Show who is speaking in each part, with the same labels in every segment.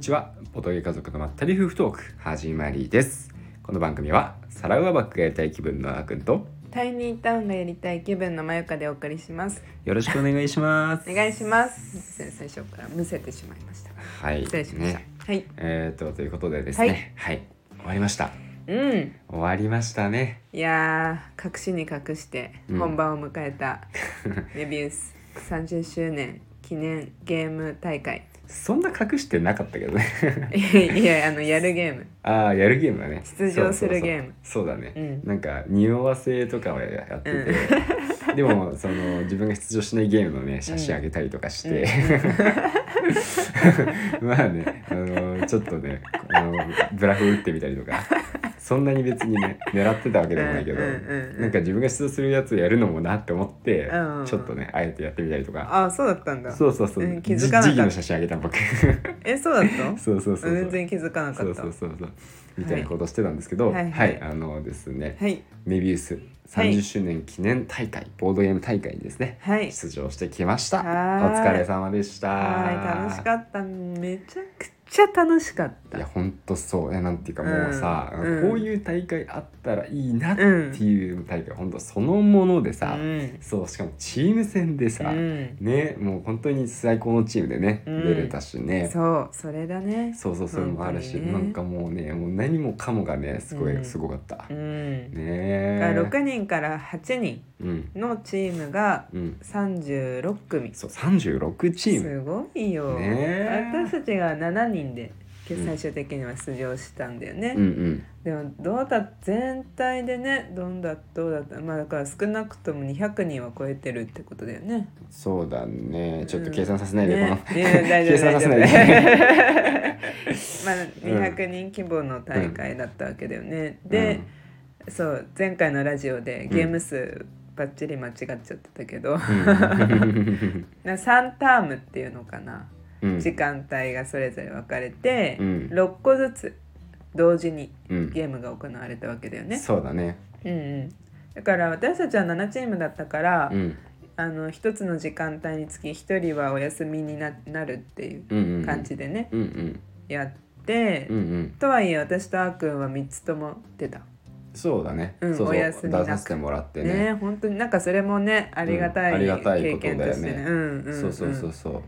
Speaker 1: ちはボトゲ家族のまったり夫婦トーク始まりですこの番組はサラウアバックがやりたい気分のあーくんと
Speaker 2: タイニータウンがやりたい気分のまゆかでお送りします
Speaker 1: よろしくお願いします
Speaker 2: お願いします先生最初からむせてしまいました
Speaker 1: はい
Speaker 2: 失礼しました、
Speaker 1: ね
Speaker 2: はい
Speaker 1: えー、っとということでですねはい、終わりました
Speaker 2: うん
Speaker 1: 終わりましたね
Speaker 2: いやー隠しに隠して
Speaker 1: うん
Speaker 2: 本番を迎えたメビウス30周年記念ゲーム大 会
Speaker 1: そんな隠してなかったけどね
Speaker 2: いやあのやるゲーム
Speaker 1: ああやるゲームだね
Speaker 2: 出場するゲーム
Speaker 1: そうそうそうそうだね、
Speaker 2: うん
Speaker 1: なんか匂わせとかはやってて、でもその自分が出場しないゲームのね写真あげたりとかして、 まあねあのちょっとねあのブラフ打ってみたりとかそんなに別にね狙ってたわけでもないけど、
Speaker 2: うんうんうんうん
Speaker 1: なんか自分が出場するやつをやるのもなって思って、
Speaker 2: うんうん
Speaker 1: ちょっとねあえてやってみたりとか、
Speaker 2: あそうだったんだ
Speaker 1: そうそうそう、
Speaker 2: うん気づかなかった
Speaker 1: じ時期の写真あげた 僕
Speaker 2: えそうだったの
Speaker 1: そうそうそうそう
Speaker 2: 全然気づかなか
Speaker 1: そ
Speaker 2: っ
Speaker 1: う
Speaker 2: た
Speaker 1: そうそうそうみたいなことしてたんですけど、は、
Speaker 2: はいいはい
Speaker 1: あのですね、
Speaker 2: はい
Speaker 1: メビウス
Speaker 2: はい
Speaker 1: 30周年記念大会、ボードゲーム大会にですね、
Speaker 2: はい
Speaker 1: 出場してきました。お
Speaker 2: はーい
Speaker 1: 疲れ様でした。
Speaker 2: はい楽しかっためちゃくちゃ楽しかった
Speaker 1: いや本当そうねなんていうかもうさ、
Speaker 2: うん
Speaker 1: こういう大会あったらいいなっていう大会、本当そのものでさ、
Speaker 2: うん
Speaker 1: そうしかもチーム戦でさ、
Speaker 2: うん
Speaker 1: ねもう本当に最高のチームでね、
Speaker 2: うん
Speaker 1: 出れたしね
Speaker 2: そうそれだね
Speaker 1: そうそうそれもあるし、
Speaker 2: 本当に
Speaker 1: な
Speaker 2: ね
Speaker 1: んかもうねもう何もかもがねすごい、
Speaker 2: うん
Speaker 1: すごかった、
Speaker 2: う
Speaker 1: ね
Speaker 2: ん、だか
Speaker 1: え
Speaker 2: ら6人から8人
Speaker 1: うん
Speaker 2: のチームが
Speaker 1: うん
Speaker 2: 36組
Speaker 1: そう36チーム
Speaker 2: すごいよ、
Speaker 1: ねえ
Speaker 2: 私たちが7人で
Speaker 1: うん
Speaker 2: 最終的には出場したんだよね、
Speaker 1: うんうん
Speaker 2: でもどうだ全体でねどんだどうだったまあだから少なくとも200人は超えてるってことだよね
Speaker 1: そうだねちょっと
Speaker 2: うん
Speaker 1: 計算させないで、こ の、
Speaker 2: ねね大丈夫
Speaker 1: 計算させない
Speaker 2: 大
Speaker 1: で
Speaker 2: まあ200人規模の大会だったわけだよね、で、そう前回のラジオでゲーム数ばっちり間違っちゃってたけ
Speaker 1: うんう
Speaker 2: ど、
Speaker 1: ん
Speaker 2: な3タームっていうのかな、
Speaker 1: うん
Speaker 2: 時間帯がそれぞれ分かれて、
Speaker 1: うん
Speaker 2: 6個ずつ同時に
Speaker 1: うん
Speaker 2: ゲームが行われたわけだよね。
Speaker 1: そうだね
Speaker 2: うんうん、だから私たちは7チームだったから、
Speaker 1: うん
Speaker 2: あの1つの時間帯につき1人はお休みにななるってい
Speaker 1: うんうんう
Speaker 2: うん感じでね、
Speaker 1: うんうん
Speaker 2: やって、
Speaker 1: うんうん
Speaker 2: とはいえ私とあーくんは3つとも出た。
Speaker 1: そうだね、
Speaker 2: うん
Speaker 1: そうそう
Speaker 2: お休みなく
Speaker 1: 出させてもらってね
Speaker 2: ね本当になんかそれもねありがた
Speaker 1: うんあ
Speaker 2: い
Speaker 1: りがたい
Speaker 2: 経
Speaker 1: ことだよ
Speaker 2: 験
Speaker 1: ね
Speaker 2: としてね。うんうんうん
Speaker 1: そうそうそうそ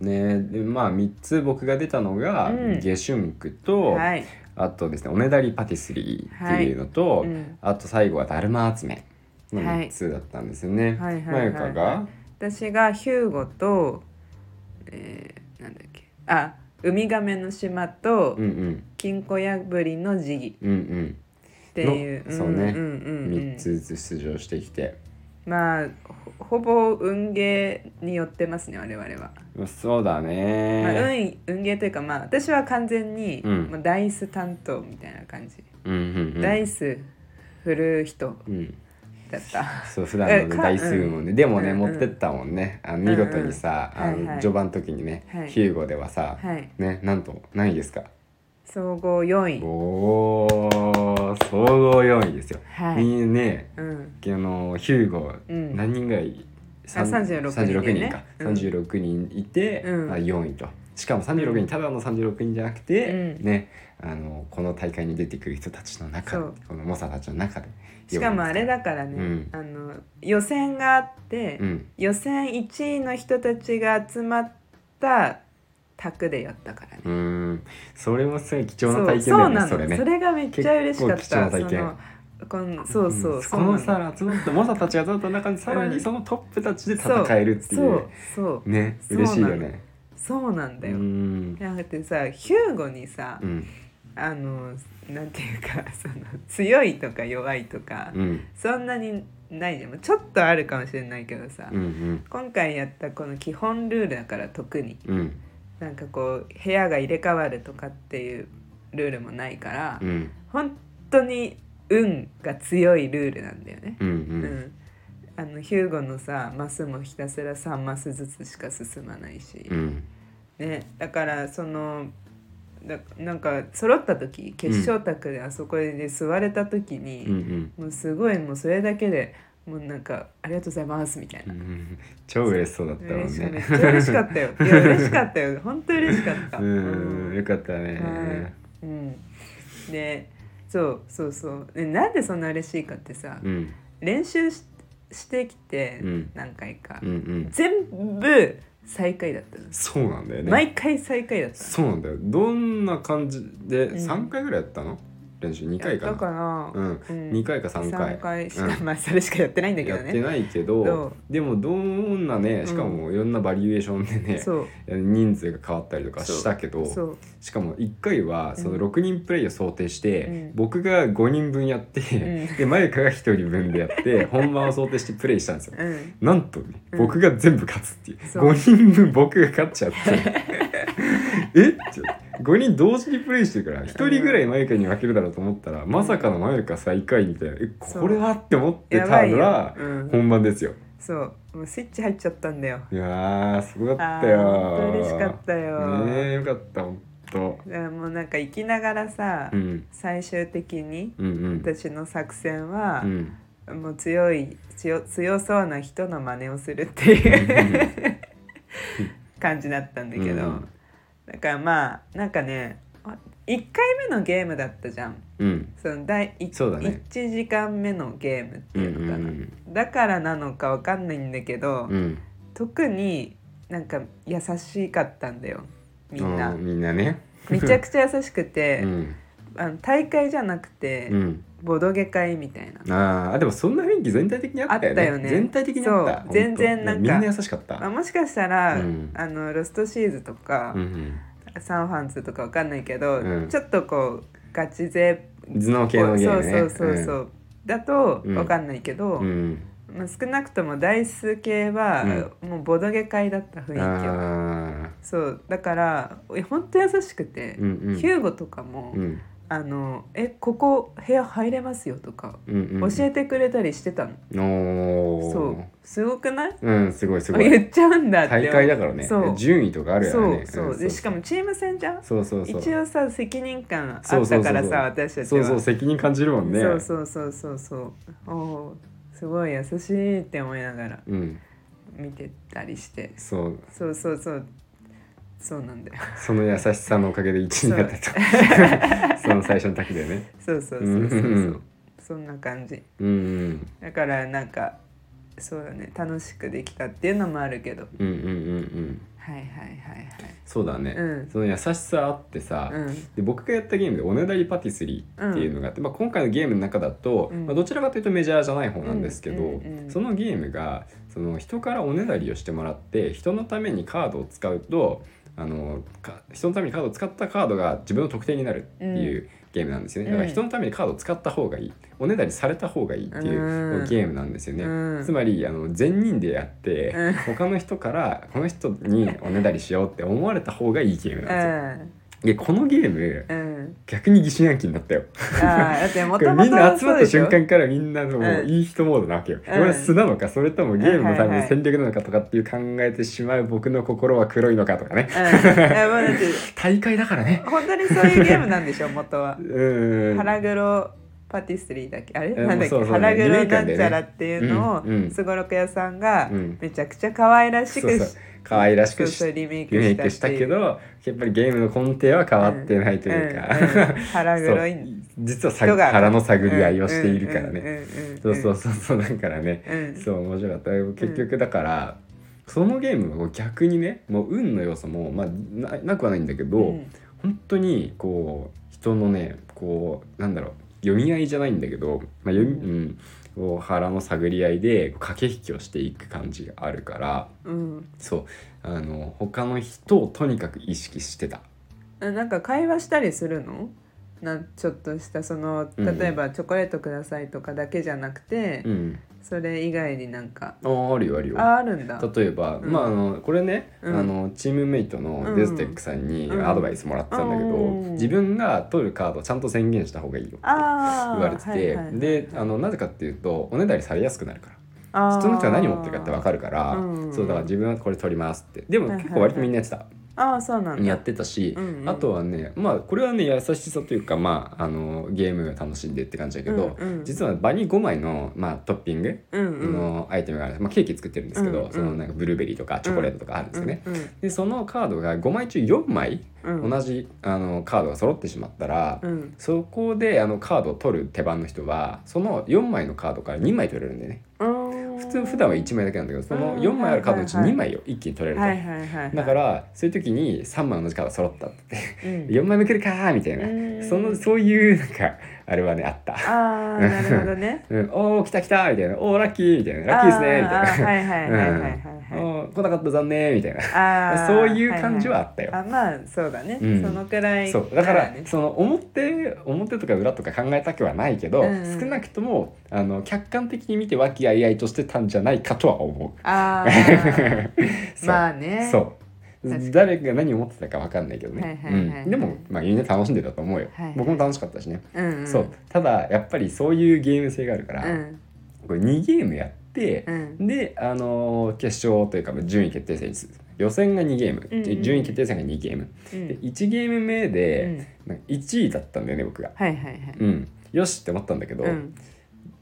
Speaker 1: うねでまあ3つ僕が出たのが、
Speaker 2: うん
Speaker 1: ゲシュンクと、
Speaker 2: はい、
Speaker 1: あとですねおねだりパティスリーっていうのと、
Speaker 2: はいうん
Speaker 1: あと最後はだるま集めの
Speaker 2: はい
Speaker 1: 3つだったんですよね。
Speaker 2: はいはい
Speaker 1: ま
Speaker 2: はいは
Speaker 1: ゆ
Speaker 2: い
Speaker 1: かが
Speaker 2: 私がヒューゴと、えー、なんだっけあウミガメの島と
Speaker 1: うんうん
Speaker 2: 金庫破りのジギ
Speaker 1: うんうん
Speaker 2: っていう、
Speaker 1: のそうね
Speaker 2: んうんうんうん
Speaker 1: 3つずつ出場してきて、
Speaker 2: まあほほぼ運ゲーによってますね我々は、
Speaker 1: そうだ
Speaker 2: まあ、
Speaker 1: ね、
Speaker 2: 運運ゲーというかまあ私は完全に、
Speaker 1: うん
Speaker 2: まあ、ダイス担当みたいな感じ、
Speaker 1: うんうんうん
Speaker 2: ダイス振る人
Speaker 1: うん、
Speaker 2: だった
Speaker 1: そう普段のね
Speaker 2: えか
Speaker 1: 台数もね、でもね、
Speaker 2: うんうん
Speaker 1: 持ってったもんねあの見事にさ、
Speaker 2: うんうんはい
Speaker 1: あ
Speaker 2: は
Speaker 1: の
Speaker 2: い
Speaker 1: 序盤の時にね、
Speaker 2: はい
Speaker 1: ヒューゴではさ、
Speaker 2: はい
Speaker 1: ねなんと何位ですか
Speaker 2: 総合4位
Speaker 1: おー総合4位ですよ。
Speaker 2: はい
Speaker 1: にね
Speaker 2: うん
Speaker 1: あのヒューゴ、
Speaker 2: うん
Speaker 1: 何人ぐらいさん
Speaker 2: 36人だよ
Speaker 1: 36
Speaker 2: ね
Speaker 1: 人か、
Speaker 2: うん
Speaker 1: 36人いて、
Speaker 2: うん
Speaker 1: まあ、4位としかも36人、ただの36人じゃなくて、
Speaker 2: うん
Speaker 1: ねあのこの大会に出てくる人たちの中
Speaker 2: そう
Speaker 1: この猛者たちの中で
Speaker 2: しかもあれ
Speaker 1: だ
Speaker 2: だからね、
Speaker 1: うん
Speaker 2: あの予選があって、
Speaker 1: うん
Speaker 2: 予選1位の人たちが集まった卓でやったからね
Speaker 1: うーんそれもすごい貴重
Speaker 2: そう
Speaker 1: な体験だ
Speaker 2: そ
Speaker 1: よ
Speaker 2: う
Speaker 1: ね
Speaker 2: な
Speaker 1: そ
Speaker 2: の
Speaker 1: れ
Speaker 2: そ
Speaker 1: ね
Speaker 2: れがめっちゃ嬉しかっ
Speaker 1: 結構貴重な
Speaker 2: た
Speaker 1: 体験
Speaker 2: そのこんそうそう、
Speaker 1: ん
Speaker 2: そ
Speaker 1: こ
Speaker 2: うな
Speaker 1: のさ集まった猛者たちが集まった中でさら
Speaker 2: う
Speaker 1: に
Speaker 2: ん
Speaker 1: そのトップたちで戦えるっていう
Speaker 2: そうそう
Speaker 1: ね
Speaker 2: そう
Speaker 1: 嬉しいよ
Speaker 2: そうな
Speaker 1: ね
Speaker 2: そうなん
Speaker 1: う
Speaker 2: だよ、
Speaker 1: ん
Speaker 2: だってさヒューゴにさ、
Speaker 1: うん
Speaker 2: あのなんていうかその強いとか弱いとか、
Speaker 1: うん
Speaker 2: そんなにないじゃんちょっとあるかもしれないけどさ、
Speaker 1: うんうん
Speaker 2: 今回やったこの基本ルールだから特に
Speaker 1: うん
Speaker 2: なんかこう部屋が入れ替わるとかっていうルールもないから、
Speaker 1: うん
Speaker 2: 本当に運が強いルールなんだよね。
Speaker 1: うんう
Speaker 2: うん
Speaker 1: ん
Speaker 2: あのヒューゴのさマスもひたすら3マスずつしか進まないし、
Speaker 1: うん
Speaker 2: ね、だからそのだなんか揃った時決勝卓であそこで座れた時に、
Speaker 1: うん
Speaker 2: もうすごいもうそれだけでもうなんか「ありがとうございます」みたいな。
Speaker 1: うん超嬉しそうだったもん
Speaker 2: 嬉しかめ
Speaker 1: ね
Speaker 2: っちゃ嬉しかったよ。いや嬉しかったよ。本当嬉しかった。
Speaker 1: うんよかった
Speaker 2: は
Speaker 1: ね
Speaker 2: いうん、でそうそうそうでなんでそんな嬉しいかってさ、
Speaker 1: うん
Speaker 2: 練習ししてきて
Speaker 1: うん
Speaker 2: 何回か、
Speaker 1: うんうん
Speaker 2: 全部最下位だったの、
Speaker 1: そうなんだよね
Speaker 2: 毎回最下位だった
Speaker 1: そうなんだよどんな感じで
Speaker 2: ん
Speaker 1: 三回ぐらいやったの練習二
Speaker 2: のや
Speaker 1: 回
Speaker 2: っ
Speaker 1: か
Speaker 2: たか
Speaker 1: な
Speaker 2: な、
Speaker 1: うん
Speaker 2: うん
Speaker 1: 二回か三回
Speaker 2: 3回しか、
Speaker 1: うん
Speaker 2: まあそれしかやってないんだけ
Speaker 1: や
Speaker 2: ど
Speaker 1: って
Speaker 2: ね
Speaker 1: ないけ
Speaker 2: ど
Speaker 1: ど
Speaker 2: う
Speaker 1: でもどんなねしかもいろんなバリエーションでね
Speaker 2: そう
Speaker 1: 人数が変わったりとかしたけど
Speaker 2: そう
Speaker 1: しかも1回はその
Speaker 2: うん
Speaker 1: 6人プレイを想定して、
Speaker 2: うん
Speaker 1: 僕が5人分やって、
Speaker 2: ん
Speaker 1: でマユカが1人分でやって 本番を想定してプレイしたんですよ。
Speaker 2: うん
Speaker 1: なんとね、
Speaker 2: うん
Speaker 1: 僕が全部勝つっていう
Speaker 2: そう
Speaker 1: 5人分僕が勝っ ちゃってえって5人同時にプレイしてるから1人ぐらいマユカに負けるだろうと思ったら、まさかのマユカ最下位みたいなえこれはって思って
Speaker 2: や
Speaker 1: た
Speaker 2: ばい
Speaker 1: の
Speaker 2: よ
Speaker 1: が、
Speaker 2: うん、
Speaker 1: 本番ですよ。
Speaker 2: そうもうスイッチ入っちゃったんだよ
Speaker 1: いやーすごか
Speaker 2: あ
Speaker 1: ったよ
Speaker 2: ー本当嬉しかったよ、
Speaker 1: ねえよかったほんと。
Speaker 2: だからもうなんか生きながらさ、
Speaker 1: うん
Speaker 2: 最終的に
Speaker 1: うんうん
Speaker 2: 私の作戦は
Speaker 1: う、ん
Speaker 2: もう強い強強そうな人の真似をするっていう感じだったんだけど、
Speaker 1: うん
Speaker 2: だからまあなんかねあ1回目のゲームだったじゃん
Speaker 1: うん
Speaker 2: その第 1,
Speaker 1: そうだね
Speaker 2: 1時間目のゲームって
Speaker 1: うんう
Speaker 2: いうのかな、
Speaker 1: ん
Speaker 2: だからなのかわかんないんだけど、
Speaker 1: うん
Speaker 2: 特になんか優しかったんだよみんな
Speaker 1: う。みんなね
Speaker 2: めちゃくちゃ優しくて、
Speaker 1: うん
Speaker 2: あの大会じゃなくて、
Speaker 1: うん
Speaker 2: ボドゲ会みたいな
Speaker 1: あーあでもそんな雰囲気全体的にあったよね
Speaker 2: あったよね
Speaker 1: 全体的にあった
Speaker 2: そう
Speaker 1: ほと
Speaker 2: 全然なんか
Speaker 1: みんな優しかっ
Speaker 2: まあ、
Speaker 1: た
Speaker 2: もしかしたら、
Speaker 1: うん
Speaker 2: あのロストシーズとか、
Speaker 1: うん
Speaker 2: サンファンズとかわかんないけど、
Speaker 1: うん
Speaker 2: ちょっとこうガチ勢
Speaker 1: 頭脳系のゲームね
Speaker 2: そうそうそうそう、だと
Speaker 1: うん
Speaker 2: わかんないけど、
Speaker 1: うん
Speaker 2: まあ、少なくともダイス系は、もうボドゲ会だった
Speaker 1: う
Speaker 2: 雰囲
Speaker 1: ん
Speaker 2: 気は
Speaker 1: あ
Speaker 2: そうだからえほんと優しくて
Speaker 1: ー、うんうん
Speaker 2: ヒューゴとかも、
Speaker 1: うん
Speaker 2: あの「えここ部屋入れますよ」とか、
Speaker 1: うんうん
Speaker 2: 教えてくれたりしてたの、
Speaker 1: おー
Speaker 2: そうすごくない
Speaker 1: うんすごいす
Speaker 2: あ
Speaker 1: ごい
Speaker 2: 言っちゃうんだって
Speaker 1: 大会だからね
Speaker 2: そう
Speaker 1: 順位とかあるよね
Speaker 2: そうそうでしかもチーム戦じゃん
Speaker 1: そうそうそう
Speaker 2: 一応さ責任感あった
Speaker 1: そうそうそう
Speaker 2: からさ私たち
Speaker 1: そう
Speaker 2: は
Speaker 1: そう責任感じるもんね
Speaker 2: そうそうそうそうそうおーすごい優しいって思いながら
Speaker 1: うん
Speaker 2: 見てたりして
Speaker 1: そう
Speaker 2: そうそうそうそうなんだよ
Speaker 1: その優しさのおかげで1位になったと その最初の時でね
Speaker 2: そうそう
Speaker 1: う
Speaker 2: そ
Speaker 1: ん
Speaker 2: う
Speaker 1: う
Speaker 2: そうんそんな感じ
Speaker 1: うん
Speaker 2: だからなんかそうだね楽しくできたっていうのもあるけど
Speaker 1: うんうんうんうん
Speaker 2: はいはいはい
Speaker 1: そうだね、
Speaker 2: うん
Speaker 1: その優しさあってさ、
Speaker 2: はいうん
Speaker 1: で僕がやったゲームで「おねだりパティスリー」っていうのがあって、まあ、今回のゲームの中だと、
Speaker 2: うん
Speaker 1: まあ、どちらかというとメジャーじゃない方なんですけど、
Speaker 2: うんうんうん
Speaker 1: そのゲームがその人からおねだりをしてもらって人のためにカードを使うとあのか人のためにカードを使ったカードが自分の得点になるっていうゲームなんですよね、
Speaker 2: うん
Speaker 1: だから人のためにカードを使った方がいいおねだりされた方がいいっていう
Speaker 2: うん
Speaker 1: ゲームなんですよね。
Speaker 2: うん
Speaker 1: つまりあの全人でやって、
Speaker 2: うん
Speaker 1: 他の人からこの人におねだりしようって思われた方がいいゲームなんですよ。でこのゲーム
Speaker 2: うんうん
Speaker 1: 逆に疑心暗鬼になったよ。
Speaker 2: あーだっても
Speaker 1: こ
Speaker 2: と
Speaker 1: れ
Speaker 2: も
Speaker 1: み
Speaker 2: と
Speaker 1: んな集まった瞬
Speaker 2: そうでし
Speaker 1: 間からみんなもううんいい人モードなわけよ。
Speaker 2: うん
Speaker 1: 俺は素なのかそれともゲームのた
Speaker 2: はいはい
Speaker 1: め
Speaker 2: は
Speaker 1: に
Speaker 2: い
Speaker 1: 戦略なのかとかっていう考えてしまう僕の心は黒いのかとかね。
Speaker 2: ょうんいやもうだって
Speaker 1: 大会だからね。
Speaker 2: 本当にそういうゲームなんでしょ元は
Speaker 1: うーん。
Speaker 2: 腹黒パティスリーだっけあれ
Speaker 1: うん
Speaker 2: なんだっけ
Speaker 1: そうそう
Speaker 2: 腹
Speaker 1: リメ
Speaker 2: 黒
Speaker 1: イクな
Speaker 2: なんん
Speaker 1: だよね
Speaker 2: ちゃらっていうの
Speaker 1: うんうん
Speaker 2: をすごろく屋さんが
Speaker 1: うん
Speaker 2: めちゃくちゃ可愛らし
Speaker 1: そう
Speaker 2: く
Speaker 1: そう
Speaker 2: し
Speaker 1: 可愛らし
Speaker 2: そ
Speaker 1: く
Speaker 2: う
Speaker 1: し
Speaker 2: そうリメイ
Speaker 1: リメイ
Speaker 2: ク
Speaker 1: ク
Speaker 2: し
Speaker 1: したた
Speaker 2: っ
Speaker 1: け
Speaker 2: ていう
Speaker 1: どやっぱりゲームの根底は変わってないというか、
Speaker 2: うんうん腹黒い
Speaker 1: そう実はさ
Speaker 2: 人が
Speaker 1: 腹の探り合いをしているからね。
Speaker 2: ね
Speaker 1: そうそうそうそうだからね、
Speaker 2: うん
Speaker 1: そう面白かった結局だから、そのゲームは逆にねもう運の要素も、まあ、ななくはないんだけど、本当にこう人のねこうなんだろう読み合いじゃないんだけど、まあ読みうん、こう腹の探り合いでこう駆け引きをしていく感じがあるから
Speaker 2: うん
Speaker 1: そうあの他の人をとにかく意識してた。
Speaker 2: うんなんか会話したりするのなんちょっとしたその
Speaker 1: うん
Speaker 2: 例えばチョコレートくださいとかだけじゃなくて
Speaker 1: うん、
Speaker 2: それ以外になんか
Speaker 1: あーあるよあるよ。
Speaker 2: ああるんだ
Speaker 1: 例えば、
Speaker 2: うん
Speaker 1: まああのこれね、
Speaker 2: うん
Speaker 1: あのチームメイトのデステックさんに
Speaker 2: うん
Speaker 1: アドバイスもらってたんだけど、
Speaker 2: うん
Speaker 1: 自分が取るカードをちゃんと宣言した方がいいよって
Speaker 2: あ
Speaker 1: 言
Speaker 2: ー
Speaker 1: われてて、
Speaker 2: はいはいはい
Speaker 1: であのなぜかっていうとおねだりされやすくなるから
Speaker 2: あー
Speaker 1: 人の人が何持ってるかって分かるから、
Speaker 2: うん
Speaker 1: そうだから自分はこれ取りますってでも
Speaker 2: はいはいはい
Speaker 1: 結構割とみんなやってた、
Speaker 2: ああそうなんだ
Speaker 1: やってたし、
Speaker 2: うんうん
Speaker 1: あとはねまあこれはね優しさというかまああのゲーム楽しんでって感じだけど、
Speaker 2: うんうん
Speaker 1: 実は場に5枚の、まあ、トッピング
Speaker 2: うんうん
Speaker 1: のアイテムがある、まあ、ケーキ作ってるんですけど、
Speaker 2: うんうん
Speaker 1: そのなんかブルーベリーとかチョコレートとかあるんですよね。
Speaker 2: うん
Speaker 1: でそのカードが5枚中4枚
Speaker 2: うん
Speaker 1: 同じ、あのカードが揃ってしまったら、
Speaker 2: うん
Speaker 1: そこであのカードを取る手番の人はその4枚のカードから2枚取れるんでね普
Speaker 2: 普
Speaker 1: 通普段は1枚だけなんだけどその4枚あるカードのうち2枚を一気に取れると、
Speaker 2: はいはいはいはい
Speaker 1: だからそういう時に3枚同じカード揃ったって 言って
Speaker 2: うん
Speaker 1: 4枚めくるかーみたいな、
Speaker 2: うん
Speaker 1: そのそういうなんかあれはねあった。
Speaker 2: ああなるほどね
Speaker 1: うん、おお来た来たみたいなおおラッキーみたい なラッキーですねみたいな。
Speaker 2: いなはいはいはいはいはいはい
Speaker 1: うん、来なかった残念みたいな
Speaker 2: あー
Speaker 1: そういう感じはあったよ。
Speaker 2: あまあそうだね、
Speaker 1: うん
Speaker 2: そのくらい
Speaker 1: そうだから、
Speaker 2: ね
Speaker 1: その表表とか裏とか考えたくはないけど、
Speaker 2: うん
Speaker 1: 少なくともあの客観的に見て和気あいあいとしてたんじゃないかとは思
Speaker 2: あ
Speaker 1: う。
Speaker 2: ー
Speaker 1: そう
Speaker 2: まあね
Speaker 1: そう
Speaker 2: 確かに
Speaker 1: 誰が何を思ってたか分かんないけど
Speaker 2: はい
Speaker 1: ね
Speaker 2: は
Speaker 1: う
Speaker 2: いはいはい
Speaker 1: んでも、まあ、みんな楽しんでたと思うよ、
Speaker 2: はいはい
Speaker 1: 僕も楽しかったしね、
Speaker 2: うんうん、
Speaker 1: そうただやっぱりそういうゲーム性があるから、
Speaker 2: うん
Speaker 1: これ2ゲームやって
Speaker 2: う、ん
Speaker 1: で、あのー決勝というか順位決定戦にす予選が2ゲーム、
Speaker 2: うんうん
Speaker 1: 順位決定戦が2ゲーム、
Speaker 2: うん
Speaker 1: で1ゲーム目
Speaker 2: う
Speaker 1: で
Speaker 2: ん
Speaker 1: なんか1位だったんだよね僕が。
Speaker 2: はいはいはい
Speaker 1: うん、よしって思ったんだけど、
Speaker 2: うん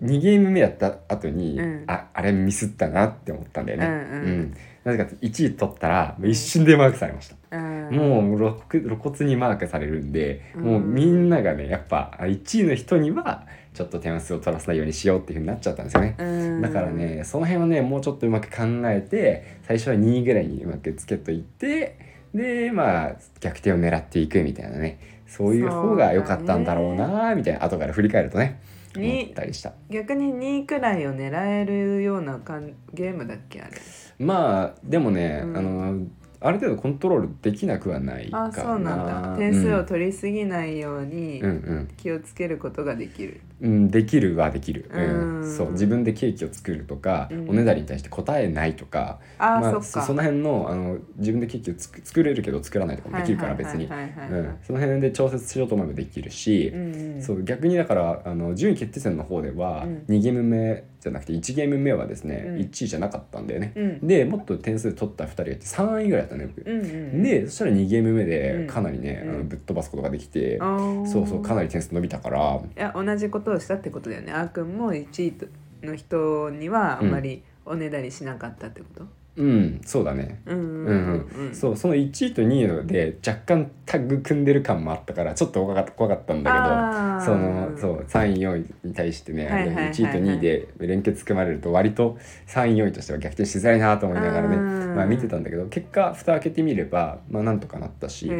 Speaker 1: 2ゲーム目やった後に、
Speaker 2: うん
Speaker 1: ああれミスったなって思ったんだよね。
Speaker 2: うんうん
Speaker 1: なぜかって1位取ったら
Speaker 2: うん
Speaker 1: 一瞬でマークされました、
Speaker 2: うん
Speaker 1: もう露骨露骨にマークされるんで、
Speaker 2: うん
Speaker 1: もうみんながねやっぱあ1位の人にはちょっと点数を取らせないようにしようっていうふうになっちゃったんですよね。
Speaker 2: うん
Speaker 1: だからねその辺はねもうちょっとうまく考えて最初は2位ぐらいにうまくつけといてでまあ逆転を狙っていくみたいなねそういう方が良かったんだろうなみたいな後から振り返るとね思っ
Speaker 2: に
Speaker 1: たりした
Speaker 2: 逆に2位くらいを狙えるようなかんゲームだっけあれ
Speaker 1: まあでもね、
Speaker 2: うん
Speaker 1: あのある程度コントロールできなくはないかな
Speaker 2: あそうなんだ点数を取りすぎないように
Speaker 1: うん、うん
Speaker 2: 気をつけることができる、
Speaker 1: うんうんできるはできる、うん
Speaker 2: うん
Speaker 1: そう自分でケーキを作るとか、
Speaker 2: うん
Speaker 1: おねだりに対して答えないとか、
Speaker 2: あー、
Speaker 1: まあ、
Speaker 2: そっか
Speaker 1: その辺のあの自分でケーキをつく作れるけど作らないとかもできるから別に、
Speaker 2: はいはいはいは
Speaker 1: う
Speaker 2: いはい
Speaker 1: ん、その辺で調節しようと思えばできるし、
Speaker 2: うんうん
Speaker 1: そう逆にだからあの順位決定戦の方では、
Speaker 2: うん
Speaker 1: 2ゲーム目じゃなくて1ゲーム目はですね、
Speaker 2: うん
Speaker 1: 1位じゃなかったんだよね、
Speaker 2: うん
Speaker 1: でもっと点数取った2人がいて3位ぐらいだったね僕、
Speaker 2: うんうん
Speaker 1: でそしたら2ゲーム目
Speaker 2: うん
Speaker 1: でかなりね、
Speaker 2: うん
Speaker 1: あのぶっ飛ばすことができて、
Speaker 2: あー
Speaker 1: そうそうかなり点数伸びたから
Speaker 2: いや同じことをしたってことだよねあーくんも1位との人にはあんまりおねだりしなかったってこと
Speaker 1: うんそうだね
Speaker 2: うん
Speaker 1: うんうんそうその1位と2位ので若干タッグ組んでる感もあったからちょっと怖かった怖かったんだけど
Speaker 2: だ
Speaker 1: そのそう3位4位に対してね、
Speaker 2: はいはいはいはい
Speaker 1: 1位と2位で連結組まれると割と3位4位としては逆転しづらいなと思いながらね
Speaker 2: うん
Speaker 1: まあ、見てたんだけど結果蓋開けてみればまあなんとかなったしそ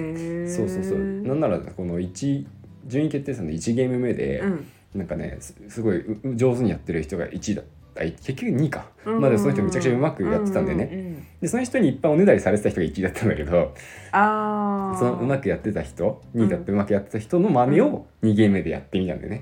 Speaker 1: うそうそうなんならこの1順位決定戦の1ゲーム目で、
Speaker 2: うん
Speaker 1: なんかねすすごいうう上手にやってる人が1位だったあい結局2位か、
Speaker 2: うん
Speaker 1: まあでもその人めちゃくちゃうまくやってたんでね、
Speaker 2: ううん
Speaker 1: でその人にいっぱいおねだりされてた人が1位だったんだけど
Speaker 2: ああ
Speaker 1: そのうま
Speaker 2: く
Speaker 1: くやってた人2位だってうまくやってた人の真似を2ゲーム目でやってみたんだよね。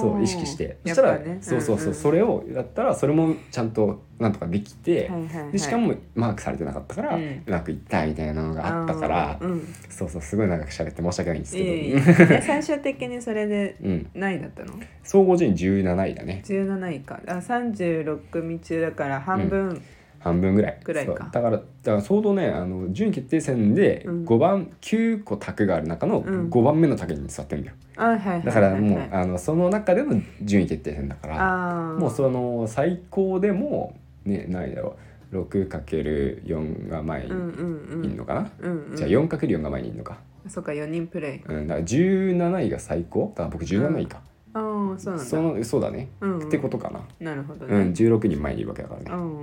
Speaker 1: そう意識してそしたら、そうそうそう、それをやったらそれもちゃんとなんとかできて、
Speaker 2: はいはいはい
Speaker 1: でしかもマークされてなかったから、
Speaker 2: う
Speaker 1: うんまくいったみたいなのがあったから、
Speaker 2: あーうん
Speaker 1: そうそうすごい長く喋って申し訳ないんです
Speaker 2: いえい
Speaker 1: け
Speaker 2: え
Speaker 1: ど、
Speaker 2: で最終的にそれで
Speaker 1: うん、
Speaker 2: 何位だったの
Speaker 1: 総合順位17位だね
Speaker 2: 17位かあ36組中だから半分、
Speaker 1: 半分ぐらい
Speaker 2: ぐらいか
Speaker 1: そうだからだから相当ねあの順位決定戦で
Speaker 2: うん
Speaker 1: 5番、9個卓がある中の
Speaker 2: うん
Speaker 1: 5番目の卓に座ってるんだよ、
Speaker 2: あはいはいはいはい
Speaker 1: だからもう、
Speaker 2: あ
Speaker 1: あのその中での順位決定戦だから
Speaker 2: あー
Speaker 1: もうその最高でもねないだろう 6×4 が前に
Speaker 2: うんうんうん
Speaker 1: いるのかな、
Speaker 2: うんうん
Speaker 1: じゃあ 4×4 が前にいるのか,、
Speaker 2: そっか4人プレイ
Speaker 1: うん、だから17位が最高だから僕17位か、
Speaker 2: ああそうなんだ
Speaker 1: そのそうだね、
Speaker 2: うんうん
Speaker 1: ってことかな、
Speaker 2: なるほど
Speaker 1: うん
Speaker 2: ね、
Speaker 1: 16人前にいるわけだからね、
Speaker 2: う
Speaker 1: うん
Speaker 2: んうん
Speaker 1: っ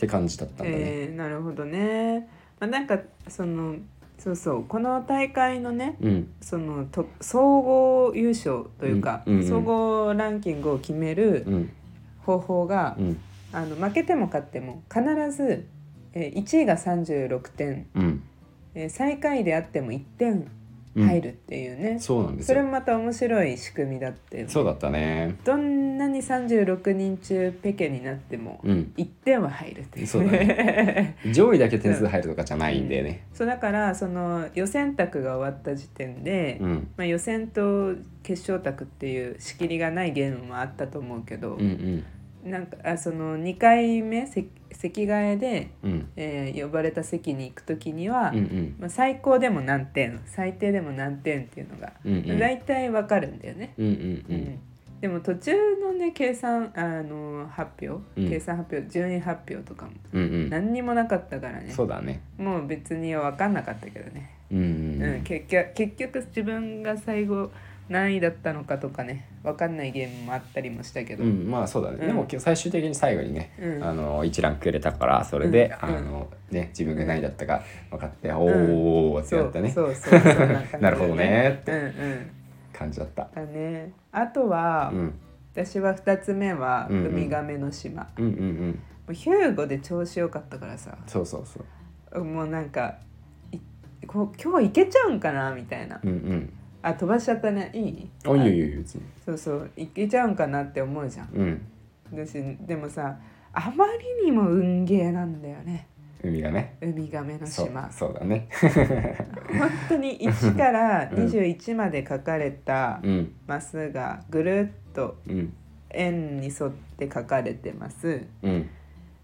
Speaker 1: て感じだったんだね、
Speaker 2: えーなるほどね、まあ、なんかそのそうそうこの大会のね
Speaker 1: うん
Speaker 2: そのと総合優勝というか、
Speaker 1: うんうんうん
Speaker 2: 総合ランキングを決める
Speaker 1: うん
Speaker 2: 方法が、
Speaker 1: うん
Speaker 2: あの負けても勝っても必ず、えー、1位が36点、
Speaker 1: うん
Speaker 2: えー、最下位であっても1点
Speaker 1: うん
Speaker 2: 入るっていうね、
Speaker 1: そうなんです
Speaker 2: それ
Speaker 1: よ
Speaker 2: もまた面白い仕組みだって
Speaker 1: そうだったね
Speaker 2: どんなに36人中ペケになっても
Speaker 1: うん
Speaker 2: 1点は入るっていう
Speaker 1: そうだ 上位だけ点数入るとかじゃないんだよね
Speaker 2: そうだからその予選択が終わった時点で、
Speaker 1: うん、
Speaker 2: まあ、予選と決勝択っていう仕切りがないゲームもあったと思うけど、
Speaker 1: うんうん
Speaker 2: なんかあその2回目席席替えで、
Speaker 1: うん
Speaker 2: えー呼ばれた席に行く時には、
Speaker 1: うん
Speaker 2: まあ、最高でも何点最低でも何点っていうのが、
Speaker 1: うんうん
Speaker 2: 大体わかるんだよね。
Speaker 1: うんうんう
Speaker 2: うんんでも途中のね計算あの発表、
Speaker 1: うん
Speaker 2: 計算発表順位発表とかも
Speaker 1: うんうん
Speaker 2: 何にもなかったからね
Speaker 1: そうだね
Speaker 2: もう別に分かんなかったけどね、
Speaker 1: うん
Speaker 2: う
Speaker 1: うんん
Speaker 2: 結局結局自分が最後何位だったのかとかね分かんないゲームもあったりもしたけ
Speaker 1: う
Speaker 2: ど、
Speaker 1: ん、うん、まあそうだね、
Speaker 2: うん
Speaker 1: でも最終的に最後にね、
Speaker 2: うん
Speaker 1: あの一覧くれたからそれで、
Speaker 2: うん
Speaker 1: あのね自分が何位だったか分かって、おーおーって
Speaker 2: そ
Speaker 1: や
Speaker 2: う
Speaker 1: ったね
Speaker 2: そうそうそん感じだね
Speaker 1: なるほどねって
Speaker 2: うんうん
Speaker 1: 感じだった、
Speaker 2: だねあとは、
Speaker 1: うん、私
Speaker 2: 私は2つ目は「ウ
Speaker 1: うんうん
Speaker 2: ミガメの島」も
Speaker 1: うんうんうん
Speaker 2: うヒューゴで調子良かったからさ
Speaker 1: そうそうそう
Speaker 2: もうなんかいこ今日行けちゃうんかなみたいな
Speaker 1: うんうん
Speaker 2: あ飛ばしちゃったねいい
Speaker 1: あいいよいいよ別に
Speaker 2: そうそう行けちゃうんかなって思うじゃん
Speaker 1: うん
Speaker 2: 私でもさあまりにも運ゲーなんだよね
Speaker 1: 海がね
Speaker 2: ウミガメの
Speaker 1: そう
Speaker 2: 島
Speaker 1: そうだね
Speaker 2: 本当に1から
Speaker 1: うん
Speaker 2: 21まで書かれた
Speaker 1: うん
Speaker 2: マスがぐるっと
Speaker 1: うん
Speaker 2: 円に沿って書かれてます
Speaker 1: うん